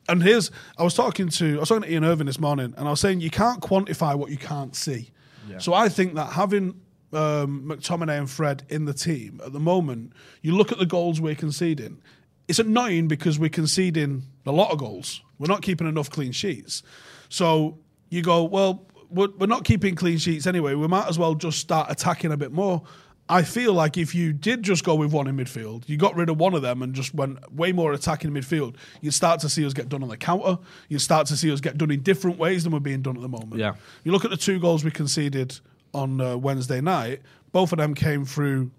[SPEAKER 2] And here's I was talking to I was talking to Ian Irving this morning, and I was saying you can't quantify what you can't see. So I think that having um, McTominay and Fred in the team at the moment, you look at the goals we're conceding. It's annoying because we're conceding a lot of goals. We're not keeping enough clean sheets. So you go, well, we're, we're not keeping clean sheets anyway. We might as well just start attacking a bit more. I feel like if you did just go with one in midfield, you got rid of one of them and just went way more attacking midfield, you'd start to see us get done on the counter. You'd start to see us get done in different ways than we're being done at the moment.
[SPEAKER 5] Yeah.
[SPEAKER 2] You look at the two goals we conceded on uh, Wednesday night, both of them came through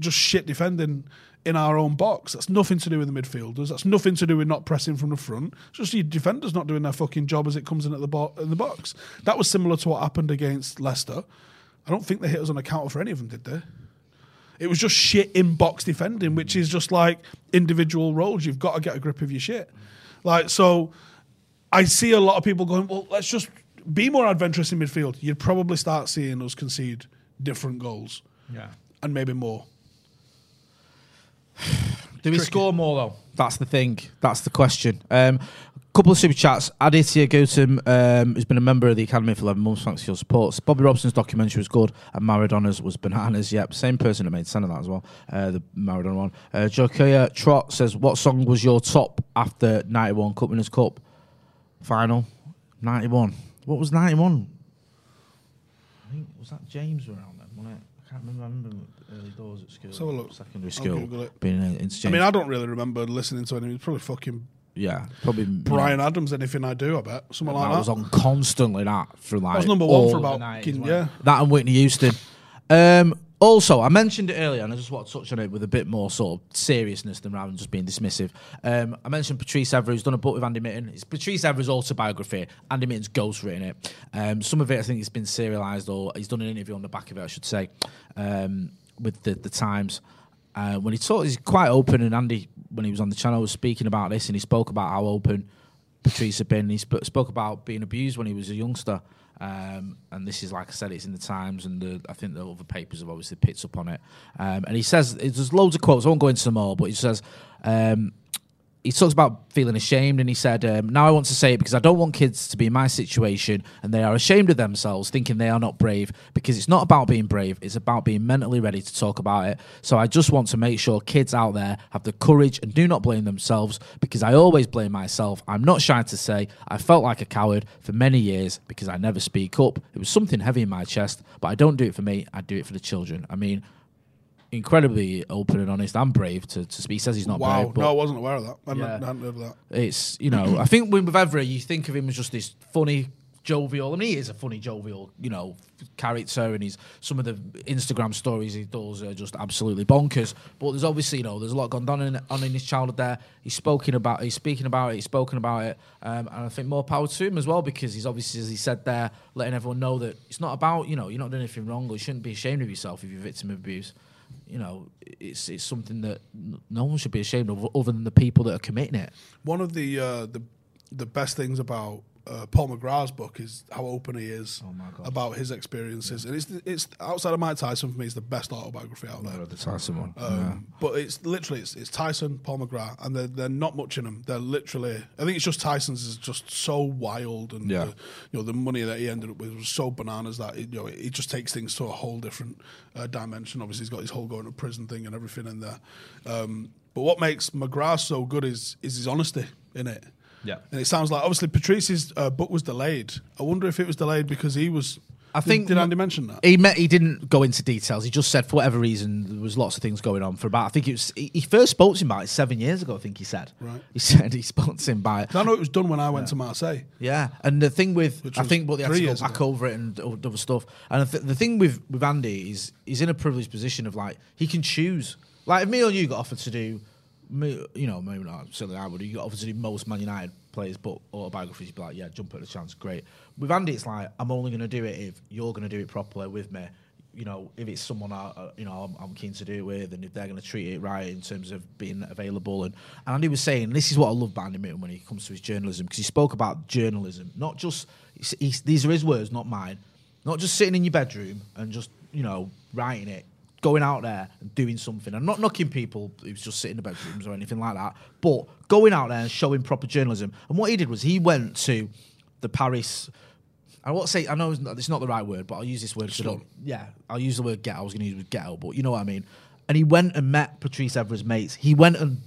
[SPEAKER 2] just shit defending in our own box. That's nothing to do with the midfielders. That's nothing to do with not pressing from the front. It's just your defenders not doing their fucking job as it comes in at the, bo- in the box. That was similar to what happened against Leicester. I don't think they hit us on a counter for any of them, did they? It was just shit in box defending, which is just like individual roles. You've got to get a grip of your shit. Like, so I see a lot of people going, well, let's just be more adventurous in midfield. You'd probably start seeing us concede different goals
[SPEAKER 5] Yeah.
[SPEAKER 2] and maybe more.
[SPEAKER 3] Do we score more though? That's the thing. That's the question. Um, a couple of super chats. Aditya Gautam, um, who's been a member of the Academy for 11 months, thanks for your support. Bobby Robson's documentary was good, and Maradona's was bananas. Yep, same person that made sense of that as well, uh, the Maradona one. Uh, Jokea Trot says, What song was your top after 91 Cup Winners' Cup final? 91. What was 91? I think, was that James were around then, wasn't it? I can't remember. I remember early doors at school.
[SPEAKER 2] Let's have a look.
[SPEAKER 3] Secondary
[SPEAKER 2] I'll
[SPEAKER 3] school.
[SPEAKER 2] Google it.
[SPEAKER 3] Being in
[SPEAKER 2] I mean, I don't really remember listening to any. It's probably fucking
[SPEAKER 3] Yeah, probably
[SPEAKER 2] Brian Adams. Anything I do, I bet something
[SPEAKER 3] I
[SPEAKER 2] like
[SPEAKER 3] was
[SPEAKER 2] that.
[SPEAKER 3] on constantly that for like.
[SPEAKER 2] was number one
[SPEAKER 3] all
[SPEAKER 2] for
[SPEAKER 3] of the
[SPEAKER 2] about
[SPEAKER 3] 90s,
[SPEAKER 2] fucking-
[SPEAKER 3] wasn't it?
[SPEAKER 2] yeah.
[SPEAKER 3] That and Whitney Houston. Um, also, I mentioned it earlier, and I just want to touch on it with a bit more sort of seriousness than rather than just being dismissive. Um, I mentioned Patrice Evra, who's done a book with Andy Mitten. It's Patrice Evra's autobiography. Andy Mitten's ghostwritten it. Um, some of it, I think, has been serialised, or he's done an interview on the back of it, I should say, um, with the, the Times uh, when he talked, he's quite open. And Andy, when he was on the channel, was speaking about this, and he spoke about how open Patrice had been. He sp- spoke about being abused when he was a youngster, um, and this is like I said, it's in the Times, and the, I think the other papers have obviously picked up on it. Um, and he says there's loads of quotes. I won't go into them all, but he says. Um, he talks about feeling ashamed and he said, um, Now I want to say it because I don't want kids to be in my situation and they are ashamed of themselves, thinking they are not brave because it's not about being brave, it's about being mentally ready to talk about it. So I just want to make sure kids out there have the courage and do not blame themselves because I always blame myself. I'm not shy to say I felt like a coward for many years because I never speak up. It was something heavy in my chest, but I don't do it for me, I do it for the children. I mean, incredibly open and honest and brave to, to speak. He says he's not
[SPEAKER 2] wow,
[SPEAKER 3] brave. But
[SPEAKER 2] no, I wasn't aware of that. I hadn't-
[SPEAKER 3] Yeah.
[SPEAKER 2] I hadn't heard of that.
[SPEAKER 3] it's you know I think with with Evra you think of him as just this funny jovial I mean he is a funny jovial you know character and he's some of the Instagram stories he does are just absolutely bonkers but there's obviously you know there's a lot gone on in, on in his childhood there he's spoken about he's speaking about it he's spoken about it um, and I think more power to him as well because he's obviously as he said there letting everyone know that it's not about you know you're not doing anything wrong or you shouldn't be ashamed of yourself if you're a victim of abuse you know, it's it's something that n- no one should be ashamed of, other than the people that are committing it.
[SPEAKER 2] One of the uh, the the best things about uh, Paul McGrath's book is how open he is about his experiences, and it's it's outside of Mike Tyson for me. It's the best autobiography out there.
[SPEAKER 3] someone.
[SPEAKER 2] Um, But it's literally it's, it's Tyson, Paul McGrath, and they're, they're not much in them. They're literally, I think it's just Tyson's is just so wild, and
[SPEAKER 5] Yeah.
[SPEAKER 2] the, you know the money that he ended up with was so bananas that it, you know it just takes things to a whole different uh, dimension. Obviously, he's got his whole going to prison thing and everything in there. Um, but what makes McGrath so good is is his honesty in it.
[SPEAKER 5] Yeah.
[SPEAKER 2] and it sounds like obviously Patrice's uh, book was delayed. I wonder if it was delayed because he was.
[SPEAKER 3] I think
[SPEAKER 2] did Andy mention that?
[SPEAKER 3] He met, he didn't go into details. He just said for whatever reason there was lots of things going on for about I think it was he, he first spoke to him about it seven years ago. I think he said.
[SPEAKER 2] Right.
[SPEAKER 3] He said he spoke to him about it.
[SPEAKER 2] I know it was done when I went to Marseille.
[SPEAKER 3] Yeah, and the thing with
[SPEAKER 2] Which
[SPEAKER 3] I
[SPEAKER 2] was
[SPEAKER 3] think what they had
[SPEAKER 2] three
[SPEAKER 3] to go
[SPEAKER 2] years
[SPEAKER 3] back
[SPEAKER 2] ago.
[SPEAKER 3] over it and all the other stuff. And I thi- the thing with with Andy is he's in a privileged position of like he can choose. Like if me or you got offered to do, me, you know, maybe not certainly I would. You got offered to do most Man United players, but autobiographies. You'd be like, yeah, jump at the chance, great. With Andy, it's like I'm only going to do it if you're going to do it properly with me. You know, if it's someone I, I- you know I'm, I'm keen to do it with, and if they're going to treat it right in terms of being available, and, and Andy was saying this is what I love about Andy Mitten when he comes to his journalism because he spoke about journalism, not just he's, he's, these are his words, not mine, not just sitting in your bedroom and just you know writing it, going out there and doing something. I'm not knocking people who's just sitting in the bedrooms or anything like that, but going out there and showing proper journalism. And what he did was he went to the Paris. I won't say I know it's not, it's not the right word, but I'll use this word. 'cause I don't- yeah, I'll use the word ghetto. I was going to use ghetto, but you know what I mean. And he went and met Patrice Evra's mates. He went and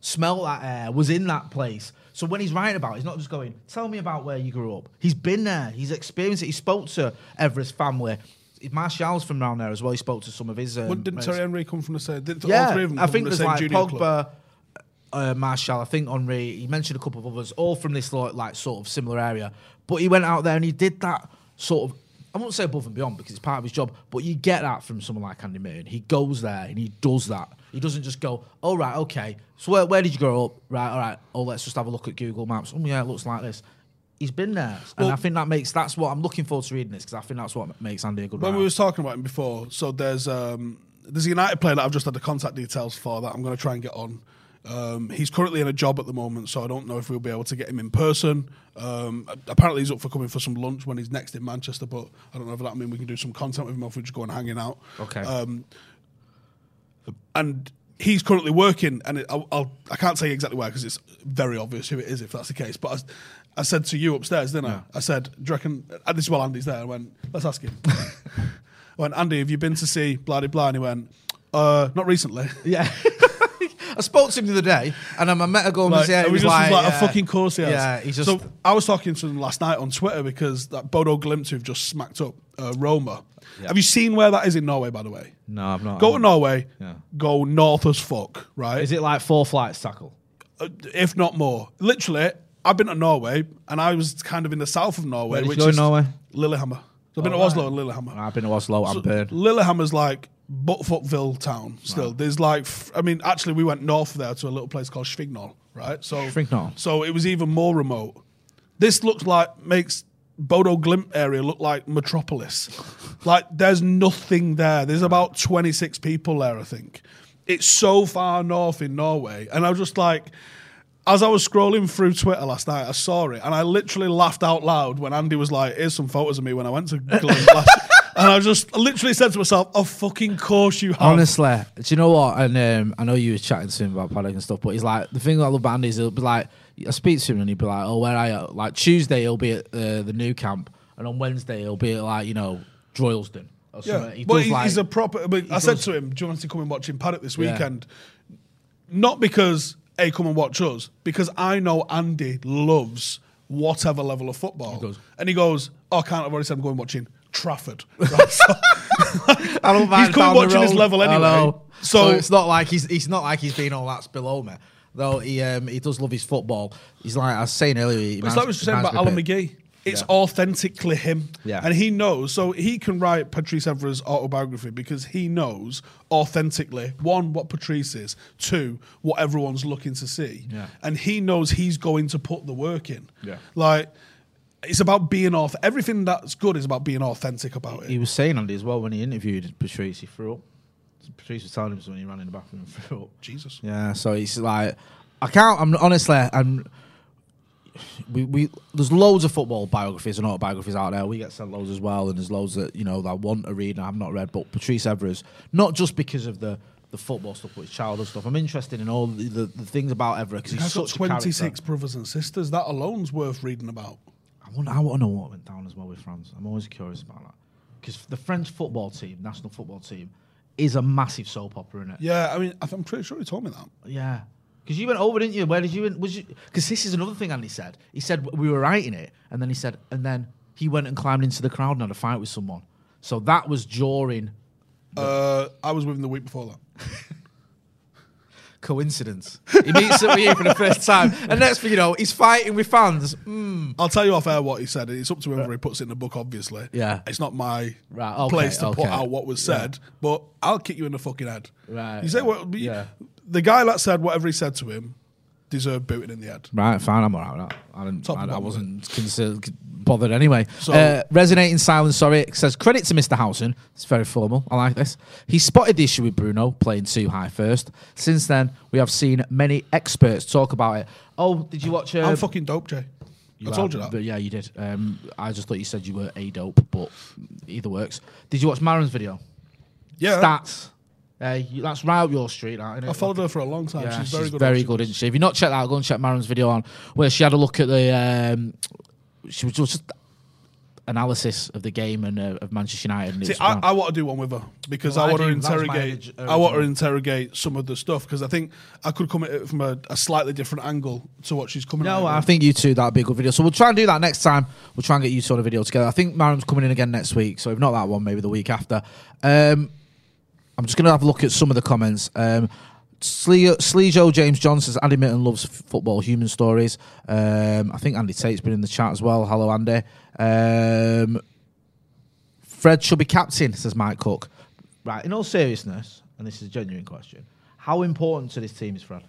[SPEAKER 3] smelled that air. Was in that place. So when he's writing about, it, he's not just going. Tell me about where you grew up. He's been there. He's experienced it. He spoke to Evra's family. Martial's from around there as well. He spoke to some of his. Um,
[SPEAKER 2] Well, didn't
[SPEAKER 3] mates.
[SPEAKER 2] Terry Henry come from the same? Did
[SPEAKER 3] yeah,
[SPEAKER 2] all three of them
[SPEAKER 3] I
[SPEAKER 2] come
[SPEAKER 3] think
[SPEAKER 2] from the
[SPEAKER 3] there's
[SPEAKER 2] same
[SPEAKER 3] like
[SPEAKER 2] junior club?
[SPEAKER 3] Pogba, uh, Martial. I think Henri. He mentioned a couple of others, all from this like, like sort of similar area. But he went out there and he did that sort of. I won't say above and beyond because it's part of his job, but you get that from someone like Andy Milton. He goes there and he does that. He doesn't just go, all right, okay. So where, where did you grow up? Right, all right. Oh, let's just have a look at Google Maps. Oh yeah, it looks like this. He's been there, and I think that makes that's what I'm looking forward to reading this because I think that's what makes Andy a good.
[SPEAKER 2] When
[SPEAKER 3] writer.
[SPEAKER 2] we was talking about him before, so there's um, there's a United player that I've just had the contact details for that I'm going to try and get on. Um, he's currently in a job at the moment, so I don't know if we'll be able to get him in person. Um, a- apparently, he's up for coming for some lunch when he's next in Manchester, but I don't know if that means we can do some content with him or if we're just going hanging out.
[SPEAKER 3] Okay.
[SPEAKER 2] Um, and he's currently working, and it, I'll, I'll I can't say exactly where because it's very obvious who it is if that's the case. But I, s- I said to you upstairs, didn't I? I said, do you reckon? And this is while Andy's there. I went, let's ask him. I went, Andy, have you been to see blah de blah? And he went, uh, not recently.
[SPEAKER 3] Yeah. I spoke to him the other day, and um, I met her going
[SPEAKER 2] Like,
[SPEAKER 3] like, yeah,
[SPEAKER 2] and
[SPEAKER 3] he
[SPEAKER 2] we
[SPEAKER 3] was
[SPEAKER 2] just was
[SPEAKER 3] like,
[SPEAKER 2] like
[SPEAKER 3] yeah.
[SPEAKER 2] a fucking course he has.
[SPEAKER 3] Yeah, he's just
[SPEAKER 2] So I was talking to him last night on Twitter because that Bodo Glimt who've just smacked up uh, Roma. Have you seen where that is in Norway? By the way,
[SPEAKER 3] no, I'm not.
[SPEAKER 2] go to Norway.
[SPEAKER 3] Um, Yeah.
[SPEAKER 2] Go north as fuck, right?
[SPEAKER 3] Is it like four flights tackle?
[SPEAKER 2] uh, if not more. Literally, I've been to Norway and I was kind of in the south of Norway.
[SPEAKER 3] Where did you
[SPEAKER 2] which
[SPEAKER 3] go in
[SPEAKER 2] is
[SPEAKER 3] Norway?
[SPEAKER 2] Lillehammer. So I've been
[SPEAKER 3] Oh,
[SPEAKER 2] to Oslo
[SPEAKER 3] right.
[SPEAKER 2] and Lillehammer.
[SPEAKER 3] I've been to Oslo and Bern.
[SPEAKER 2] Lillehammer's like Buttfuckville town still. There's like, f- I mean, actually, we went north there to a little place called Schvignol, right? So,
[SPEAKER 3] Shvignol.
[SPEAKER 2] so it was even more remote. This looks like, makes Bodo Glimp area look like Metropolis. like, there's nothing there. There's about 26 people there, I think. It's so far north in Norway. And I was just like, as I was scrolling through Twitter last night, I saw it and I literally laughed out loud when Andy was like, Here's some photos of me when I went to Glen last. And I just I literally said to myself, Of fucking course you have.
[SPEAKER 3] Honestly, do you know what? And um, I know you were chatting to him about Paddock and stuff, but he's like the thing that I love about Andy is he'll be like, I speak to him and he'll be like, oh, where are you? Like Tuesday he'll be at uh, the new camp, and on Wednesday he'll be at like you know Droylsden or
[SPEAKER 2] Yeah.
[SPEAKER 3] something. He
[SPEAKER 2] but
[SPEAKER 3] does,
[SPEAKER 2] he-
[SPEAKER 3] like-
[SPEAKER 2] he's a proper. But I said
[SPEAKER 3] does-
[SPEAKER 2] to him, Do you want to come and watch in Paddock this
[SPEAKER 3] Yeah.
[SPEAKER 2] weekend? Not because, Hey, come and watch us, because I know Andy loves whatever level of football.
[SPEAKER 3] goes-
[SPEAKER 2] and he goes, Oh, I can't. I've already said I'm going watching Trafford. Right? So-
[SPEAKER 3] I don't
[SPEAKER 2] He's come
[SPEAKER 3] down the
[SPEAKER 2] watching his
[SPEAKER 3] road.
[SPEAKER 2] level
[SPEAKER 3] I
[SPEAKER 2] anyway.
[SPEAKER 3] know.
[SPEAKER 2] So-
[SPEAKER 3] So, it's not like he's it's not like he's been all that's below me. Though he um, he does love his football. He's like I was saying earlier. he
[SPEAKER 2] It's
[SPEAKER 3] reminds-
[SPEAKER 2] like we were saying
[SPEAKER 3] reminds
[SPEAKER 2] about
[SPEAKER 3] me a
[SPEAKER 2] Alan
[SPEAKER 3] bit-
[SPEAKER 2] McGee. It's
[SPEAKER 3] Yeah.
[SPEAKER 2] authentically him.
[SPEAKER 3] Yeah.
[SPEAKER 2] And he knows. So he can write Patrice Evra's autobiography because he knows authentically, one, what Patrice is, two, what everyone's looking to see.
[SPEAKER 3] Yeah.
[SPEAKER 2] And he knows he's going to put the work in.
[SPEAKER 3] Yeah.
[SPEAKER 2] Like, it's about being off. Everything that's good is about being authentic about it.
[SPEAKER 3] He was saying Andy as well when he interviewed Patrice. He threw up. Patrice was telling him when he ran in the bathroom and threw up.
[SPEAKER 2] Jesus.
[SPEAKER 3] Yeah, so it's like I can't. I'm honestly, I'm. We, we there's loads of football biographies and autobiographies out there. We get sent loads as well, and there's loads that you know that I want to read and I've not read. But Patrice Evra's not just because of the the football stuff, but his childhood stuff. I'm interested in all the, the, the things about Evra because he's
[SPEAKER 2] He's got
[SPEAKER 3] such a character.
[SPEAKER 2] 26 brothers and sisters. That alone's worth reading about.
[SPEAKER 3] I want, I want to know what went down as well with France. I'm always curious about that because the French football team, national football team, is a massive soap opera in it.
[SPEAKER 2] Yeah, I mean, I th- I'm pretty sure he told me that.
[SPEAKER 3] Yeah. Because you went over, didn't you? Where did you? Was you? Because this is another thing Andy said. He said we were writing it, and then he said, and then he went and climbed into the crowd and had a fight with someone. So that was during
[SPEAKER 2] Uh, I was with him the week before that.
[SPEAKER 3] coincidence. he meets up with you for the first time, and next thing you know, he's fighting with fans. Mm.
[SPEAKER 2] I'll tell you off air what he said. It's up to him whether he puts it in the book, obviously.
[SPEAKER 3] Yeah.
[SPEAKER 2] It's not my
[SPEAKER 3] Right, okay,
[SPEAKER 2] place to put
[SPEAKER 3] okay.
[SPEAKER 2] out what was said, but I'll kick you in the fucking head.
[SPEAKER 3] Right,
[SPEAKER 2] You say
[SPEAKER 3] right,
[SPEAKER 2] what? you-
[SPEAKER 3] yeah.
[SPEAKER 2] The guy that said whatever he said to him deserved booting in the head.
[SPEAKER 3] Right, fine, I'm alright with that. I didn't.
[SPEAKER 2] Top
[SPEAKER 3] I,
[SPEAKER 2] and
[SPEAKER 3] I
[SPEAKER 2] bottom.
[SPEAKER 3] wasn't considered, bothered anyway.
[SPEAKER 2] So-
[SPEAKER 3] uh, resonating silence. Sorry, it says credit to Mr. Housen. It's very formal. I like this. He spotted the issue with Bruno playing too high first. Since then, we have seen many experts talk about it. Oh, did you watch? Uh,
[SPEAKER 2] I'm fucking dope, Jay. I told you
[SPEAKER 3] are-
[SPEAKER 2] that.
[SPEAKER 3] but yeah, you did. Um, I just thought you said you were a dope, but either works. Did you watch Maron's video?
[SPEAKER 2] yeah.
[SPEAKER 3] Stats. Uh, you, that's right up your street, that, isn't it?
[SPEAKER 2] I followed her for a long time.
[SPEAKER 3] Yeah,
[SPEAKER 2] she's very good.
[SPEAKER 3] Very
[SPEAKER 2] at-
[SPEAKER 3] good, isn't she? If you've not checked that out, go and check Maron's video on where she had a look at the. Um, she was just analysis of the game and uh, of Manchester United. And
[SPEAKER 2] See,
[SPEAKER 3] it's
[SPEAKER 2] I,
[SPEAKER 3] mad.
[SPEAKER 2] I want to do one with her because
[SPEAKER 3] Well,
[SPEAKER 2] I
[SPEAKER 3] I
[SPEAKER 2] want to
[SPEAKER 3] do. That was my
[SPEAKER 2] interrogate.
[SPEAKER 3] orig-
[SPEAKER 2] I want to
[SPEAKER 3] original.
[SPEAKER 2] interrogate some of the stuff because I think I could come at it from a, a slightly different angle to what she's coming. at it
[SPEAKER 3] No,
[SPEAKER 2] with.
[SPEAKER 3] I think you two that'd be a good video. So we'll try and do that next time. We'll try and get you two on a video together. I think Mariam's coming in again next week, so if not that one, maybe the week after. Um, I'm just gonna have a look at some of the comments. Um, Sle- Sleejo James Johnson says Andy Mitten loves f- football, human stories. Um, I think Andy Tate's been in the chat as well. Hello, Andy. Um, Fred should be captain, says Mike Cook. Right, in all seriousness, and this is a genuine question, how important to this team is Fred?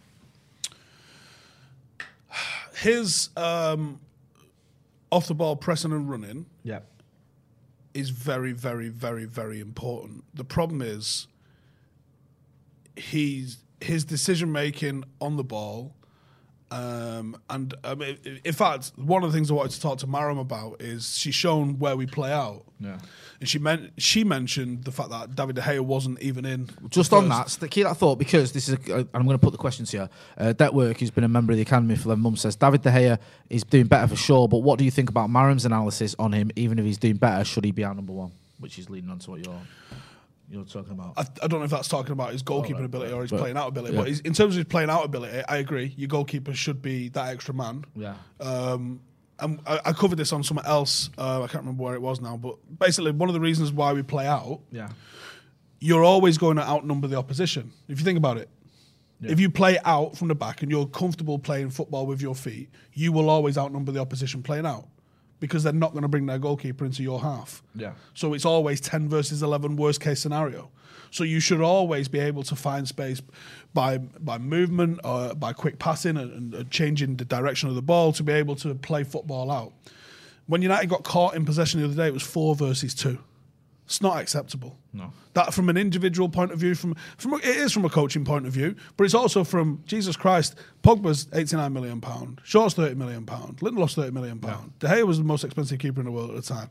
[SPEAKER 2] his um, off the ball pressing and running
[SPEAKER 3] Yeah.
[SPEAKER 2] is very, very, very, very important. The problem is he's his decision making on the ball. Um, and um, i- i- in fact, one of the things I wanted to talk to Maram about is she's shown where we play out.
[SPEAKER 3] Yeah.
[SPEAKER 2] And she meant she mentioned the fact that David De Gea wasn't even in.
[SPEAKER 3] Just
[SPEAKER 2] the
[SPEAKER 3] on
[SPEAKER 2] first-
[SPEAKER 3] that, st- keep that thought because this is. A, uh, I'm going to put the questions here. Uh, Detwork, who's been a member of the academy for 11 months, says David De Gea is doing better for sure. But what do you think about Maram's analysis on him? Even if he's doing better, should he be our number one? Which is leading on to what you're you're talking about.
[SPEAKER 2] I, I don't know if that's talking about his goalkeeping ability or his
[SPEAKER 3] But-
[SPEAKER 2] playing out ability,
[SPEAKER 3] yeah.
[SPEAKER 2] but he's, in terms of his playing out ability, I agree. Your goalkeeper should be that extra man.
[SPEAKER 3] yeah.
[SPEAKER 2] Um, and I, I covered this on something else. Uh, I can't remember where it was now, but basically, one of the reasons why we play out,
[SPEAKER 3] Yeah.
[SPEAKER 2] you're always going to outnumber the opposition. If you think about it, if you play out from the back and you're comfortable playing football with your feet, you will always outnumber the opposition playing out because they're not going to bring their goalkeeper into your half.
[SPEAKER 3] Yeah.
[SPEAKER 2] So it's always 10 versus 11 worst case scenario. So you should always be able to find space by by movement or by quick passing and, and- and changing the direction of the ball to be able to play football out. When United got caught in possession the other day, it was four versus two. It's not acceptable.
[SPEAKER 3] No.
[SPEAKER 2] That from an individual point of view, from from it is from a coaching point of view, but it's also from Jesus Christ. Pogba's eighty nine million pound, Shaw's thirty million pound, Lindelof's thirty million pound. De Gea was the most expensive keeper in the world at the time.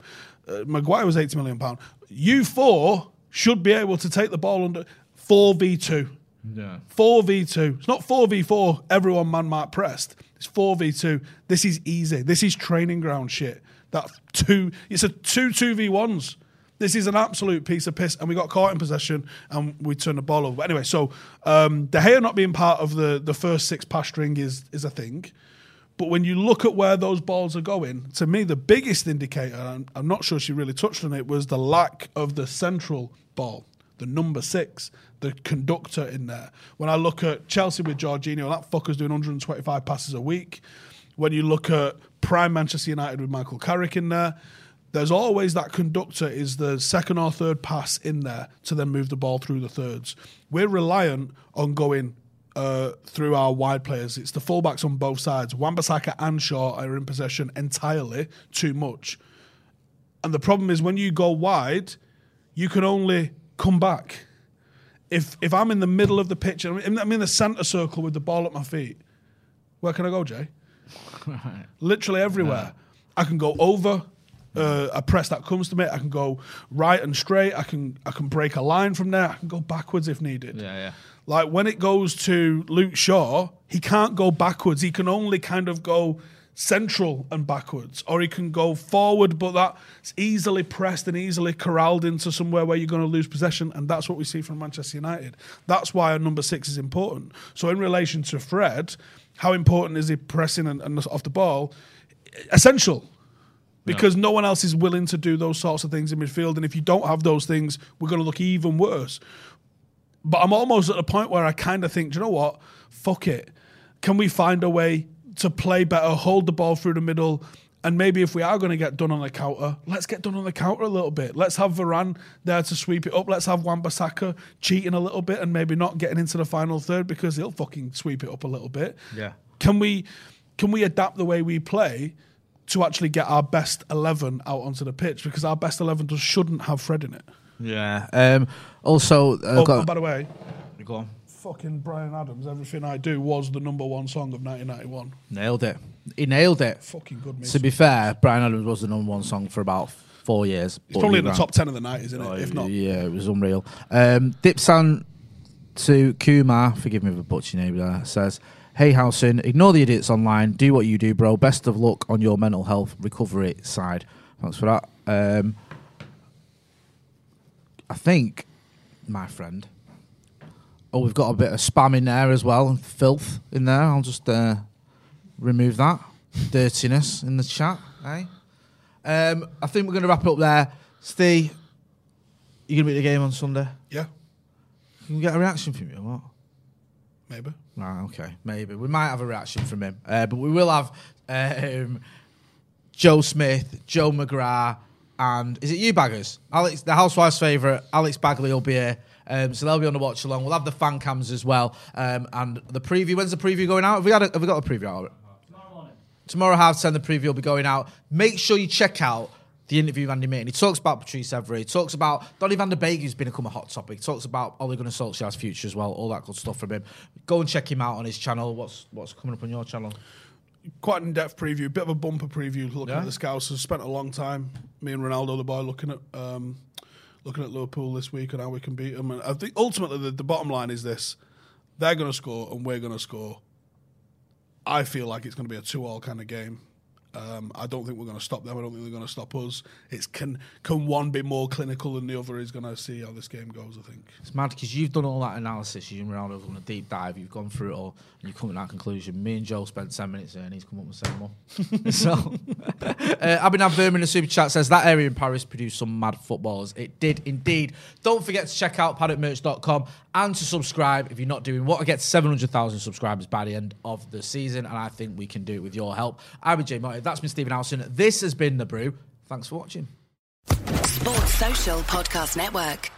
[SPEAKER 2] Uh, Maguire was eighty million pound. You four should be able to take the ball under four v two.
[SPEAKER 3] Yeah.
[SPEAKER 2] Four v two. It's not four v four. Everyone man mark pressed. It's four v two. This is easy. This is training ground shit. That two. It's a two two v ones. This is an absolute piece of piss, and we got caught in possession, and we turned the ball over. But anyway, so um, De Gea not being part of the the first six pass string is is a thing. But when you look at where those balls are going, to me, the biggest indicator, and I'm not sure she really touched on it, was the lack of the central ball, the number six, the conductor in there. When I look at Chelsea with Jorginho, that fucker's doing 125 passes a week. When you look at prime Manchester United with Michael Carrick in there, there's always that conductor is the second or third pass in there to then move the ball through the thirds. We're reliant on going uh, through our wide players. It's the fullbacks on both sides. Wambasaka and Shaw are in possession entirely too much. And the problem is when you go wide, you can only come back. If if I'm in the middle of the pitch, I'm in, I'm in the centre circle with the ball at my feet, where can I go, Jay? Literally everywhere. I can go over uh, a press that comes to me. I can go right and straight. I can I can break a line from there. I can go backwards if needed.
[SPEAKER 3] Yeah, yeah.
[SPEAKER 2] Like when it goes to Luke Shaw, he can't go backwards. He can only kind of go central and backwards, or he can go forward, but that's easily pressed and easily corralled into somewhere where you're going to lose possession. And that's what we see from Manchester United. That's why a number six is important. So, in relation to Fred, how important is he pressing and, and off the ball? Essential because no one else is willing to do those sorts of things in midfield. And if you don't have those things, we're going to look even worse. But I'm almost at the point where I kind of think, do you know what? Fuck it. Can we find a way to play better, hold the ball through the middle? And maybe if we are going to get done on the counter, let's get done on the counter a little bit. Let's have Varane there to sweep it up. Let's have Wan-Bissaka cheating a little bit and maybe not getting into the final third because he'll fucking sweep it up a little bit.
[SPEAKER 3] Yeah.
[SPEAKER 2] Can we can we adapt the way we play to actually get our best eleven out onto the pitch? Because our best eleven just shouldn't have Fred in it.
[SPEAKER 3] Yeah. Um, also, uh,
[SPEAKER 2] Oh,
[SPEAKER 3] got-
[SPEAKER 2] by the way,
[SPEAKER 3] go on.
[SPEAKER 2] fucking Brian Adams, everything I do was the number one song of 1991.
[SPEAKER 3] Nailed it. He nailed it.
[SPEAKER 2] Fucking good
[SPEAKER 3] To
[SPEAKER 2] music.
[SPEAKER 3] be fair, Brian Adams was the number one song for about four years.
[SPEAKER 2] It's probably in the top ten of the night, isn't it? if not,
[SPEAKER 3] Oh, Yeah, it was unreal. Um, Dipsan to Kumar, forgive me for butchering your name there, says, Hey Housen, ignore the idiots online, do what you do, bro. Best of luck on your mental health recovery side. Thanks for that. Um, I think my friend. Oh, we've got a bit of spam in there as well, and filth in there. I'll just uh, remove that dirtiness in the chat. Eh? Um, I think we're going to wrap up there. Steve, you going to be at the game on Sunday?
[SPEAKER 2] Yeah,
[SPEAKER 3] Can we get a reaction from you or what?
[SPEAKER 2] maybe.
[SPEAKER 3] Right, okay, maybe we might have a reaction from him, uh, but we will have um, Joe Smith, Joe McGrath, and is it you baggers? Alex, the housewife's favourite, Alex Bagley will be here, um, so they'll be on the watch along. We'll have the fan cams as well, um, and the preview. When's the preview going out? Have we had? A, have we got a preview out?
[SPEAKER 4] Tomorrow morning.
[SPEAKER 3] Tomorrow half ten, the preview will be going out. Make sure you check out the interview with Andy Mitten. He talks about Patrice Every. He talks about Donny van der Beek, who's been become a hot topic. He talks about Ole Gunnar Solskjaer's future as well. All that good stuff from him. Go and check him out on his channel. What's what's coming up on your channel?
[SPEAKER 2] Quite in depth preview, bit of a bumper preview looking
[SPEAKER 3] Yeah.
[SPEAKER 2] at the scouts. I've spent a long time, me and Ronaldo, the boy, looking at um, looking at Liverpool this week and how we can beat them. And I think ultimately the, the bottom line is this: they're going to score and we're going to score. I feel like it's going to be a two-all kind of game. Um, I don't think we're going to stop them. I don't think they're going to stop us. It's can can one be more clinical than the other? Is going to see how this game goes. I think.
[SPEAKER 3] It's mad because you've done all that analysis. You and Ronaldo have done a deep dive. You've gone through it all, and you come to that conclusion. Me and Joe spent ten minutes there, and he's come up with seven more. so, uh, Abhinav Verma in the super chat says that area in Paris produced some mad footballers. It did indeed. Don't forget to check out paddockmerch.com and to subscribe if you're not doing what. I get seven hundred thousand subscribers by the end of the season, and I think we can do it with your help. I'm Jay Motti. That's been Stephen Allison. This has been the Brew. Thanks for watching.
[SPEAKER 1] Sports Social Podcast Network.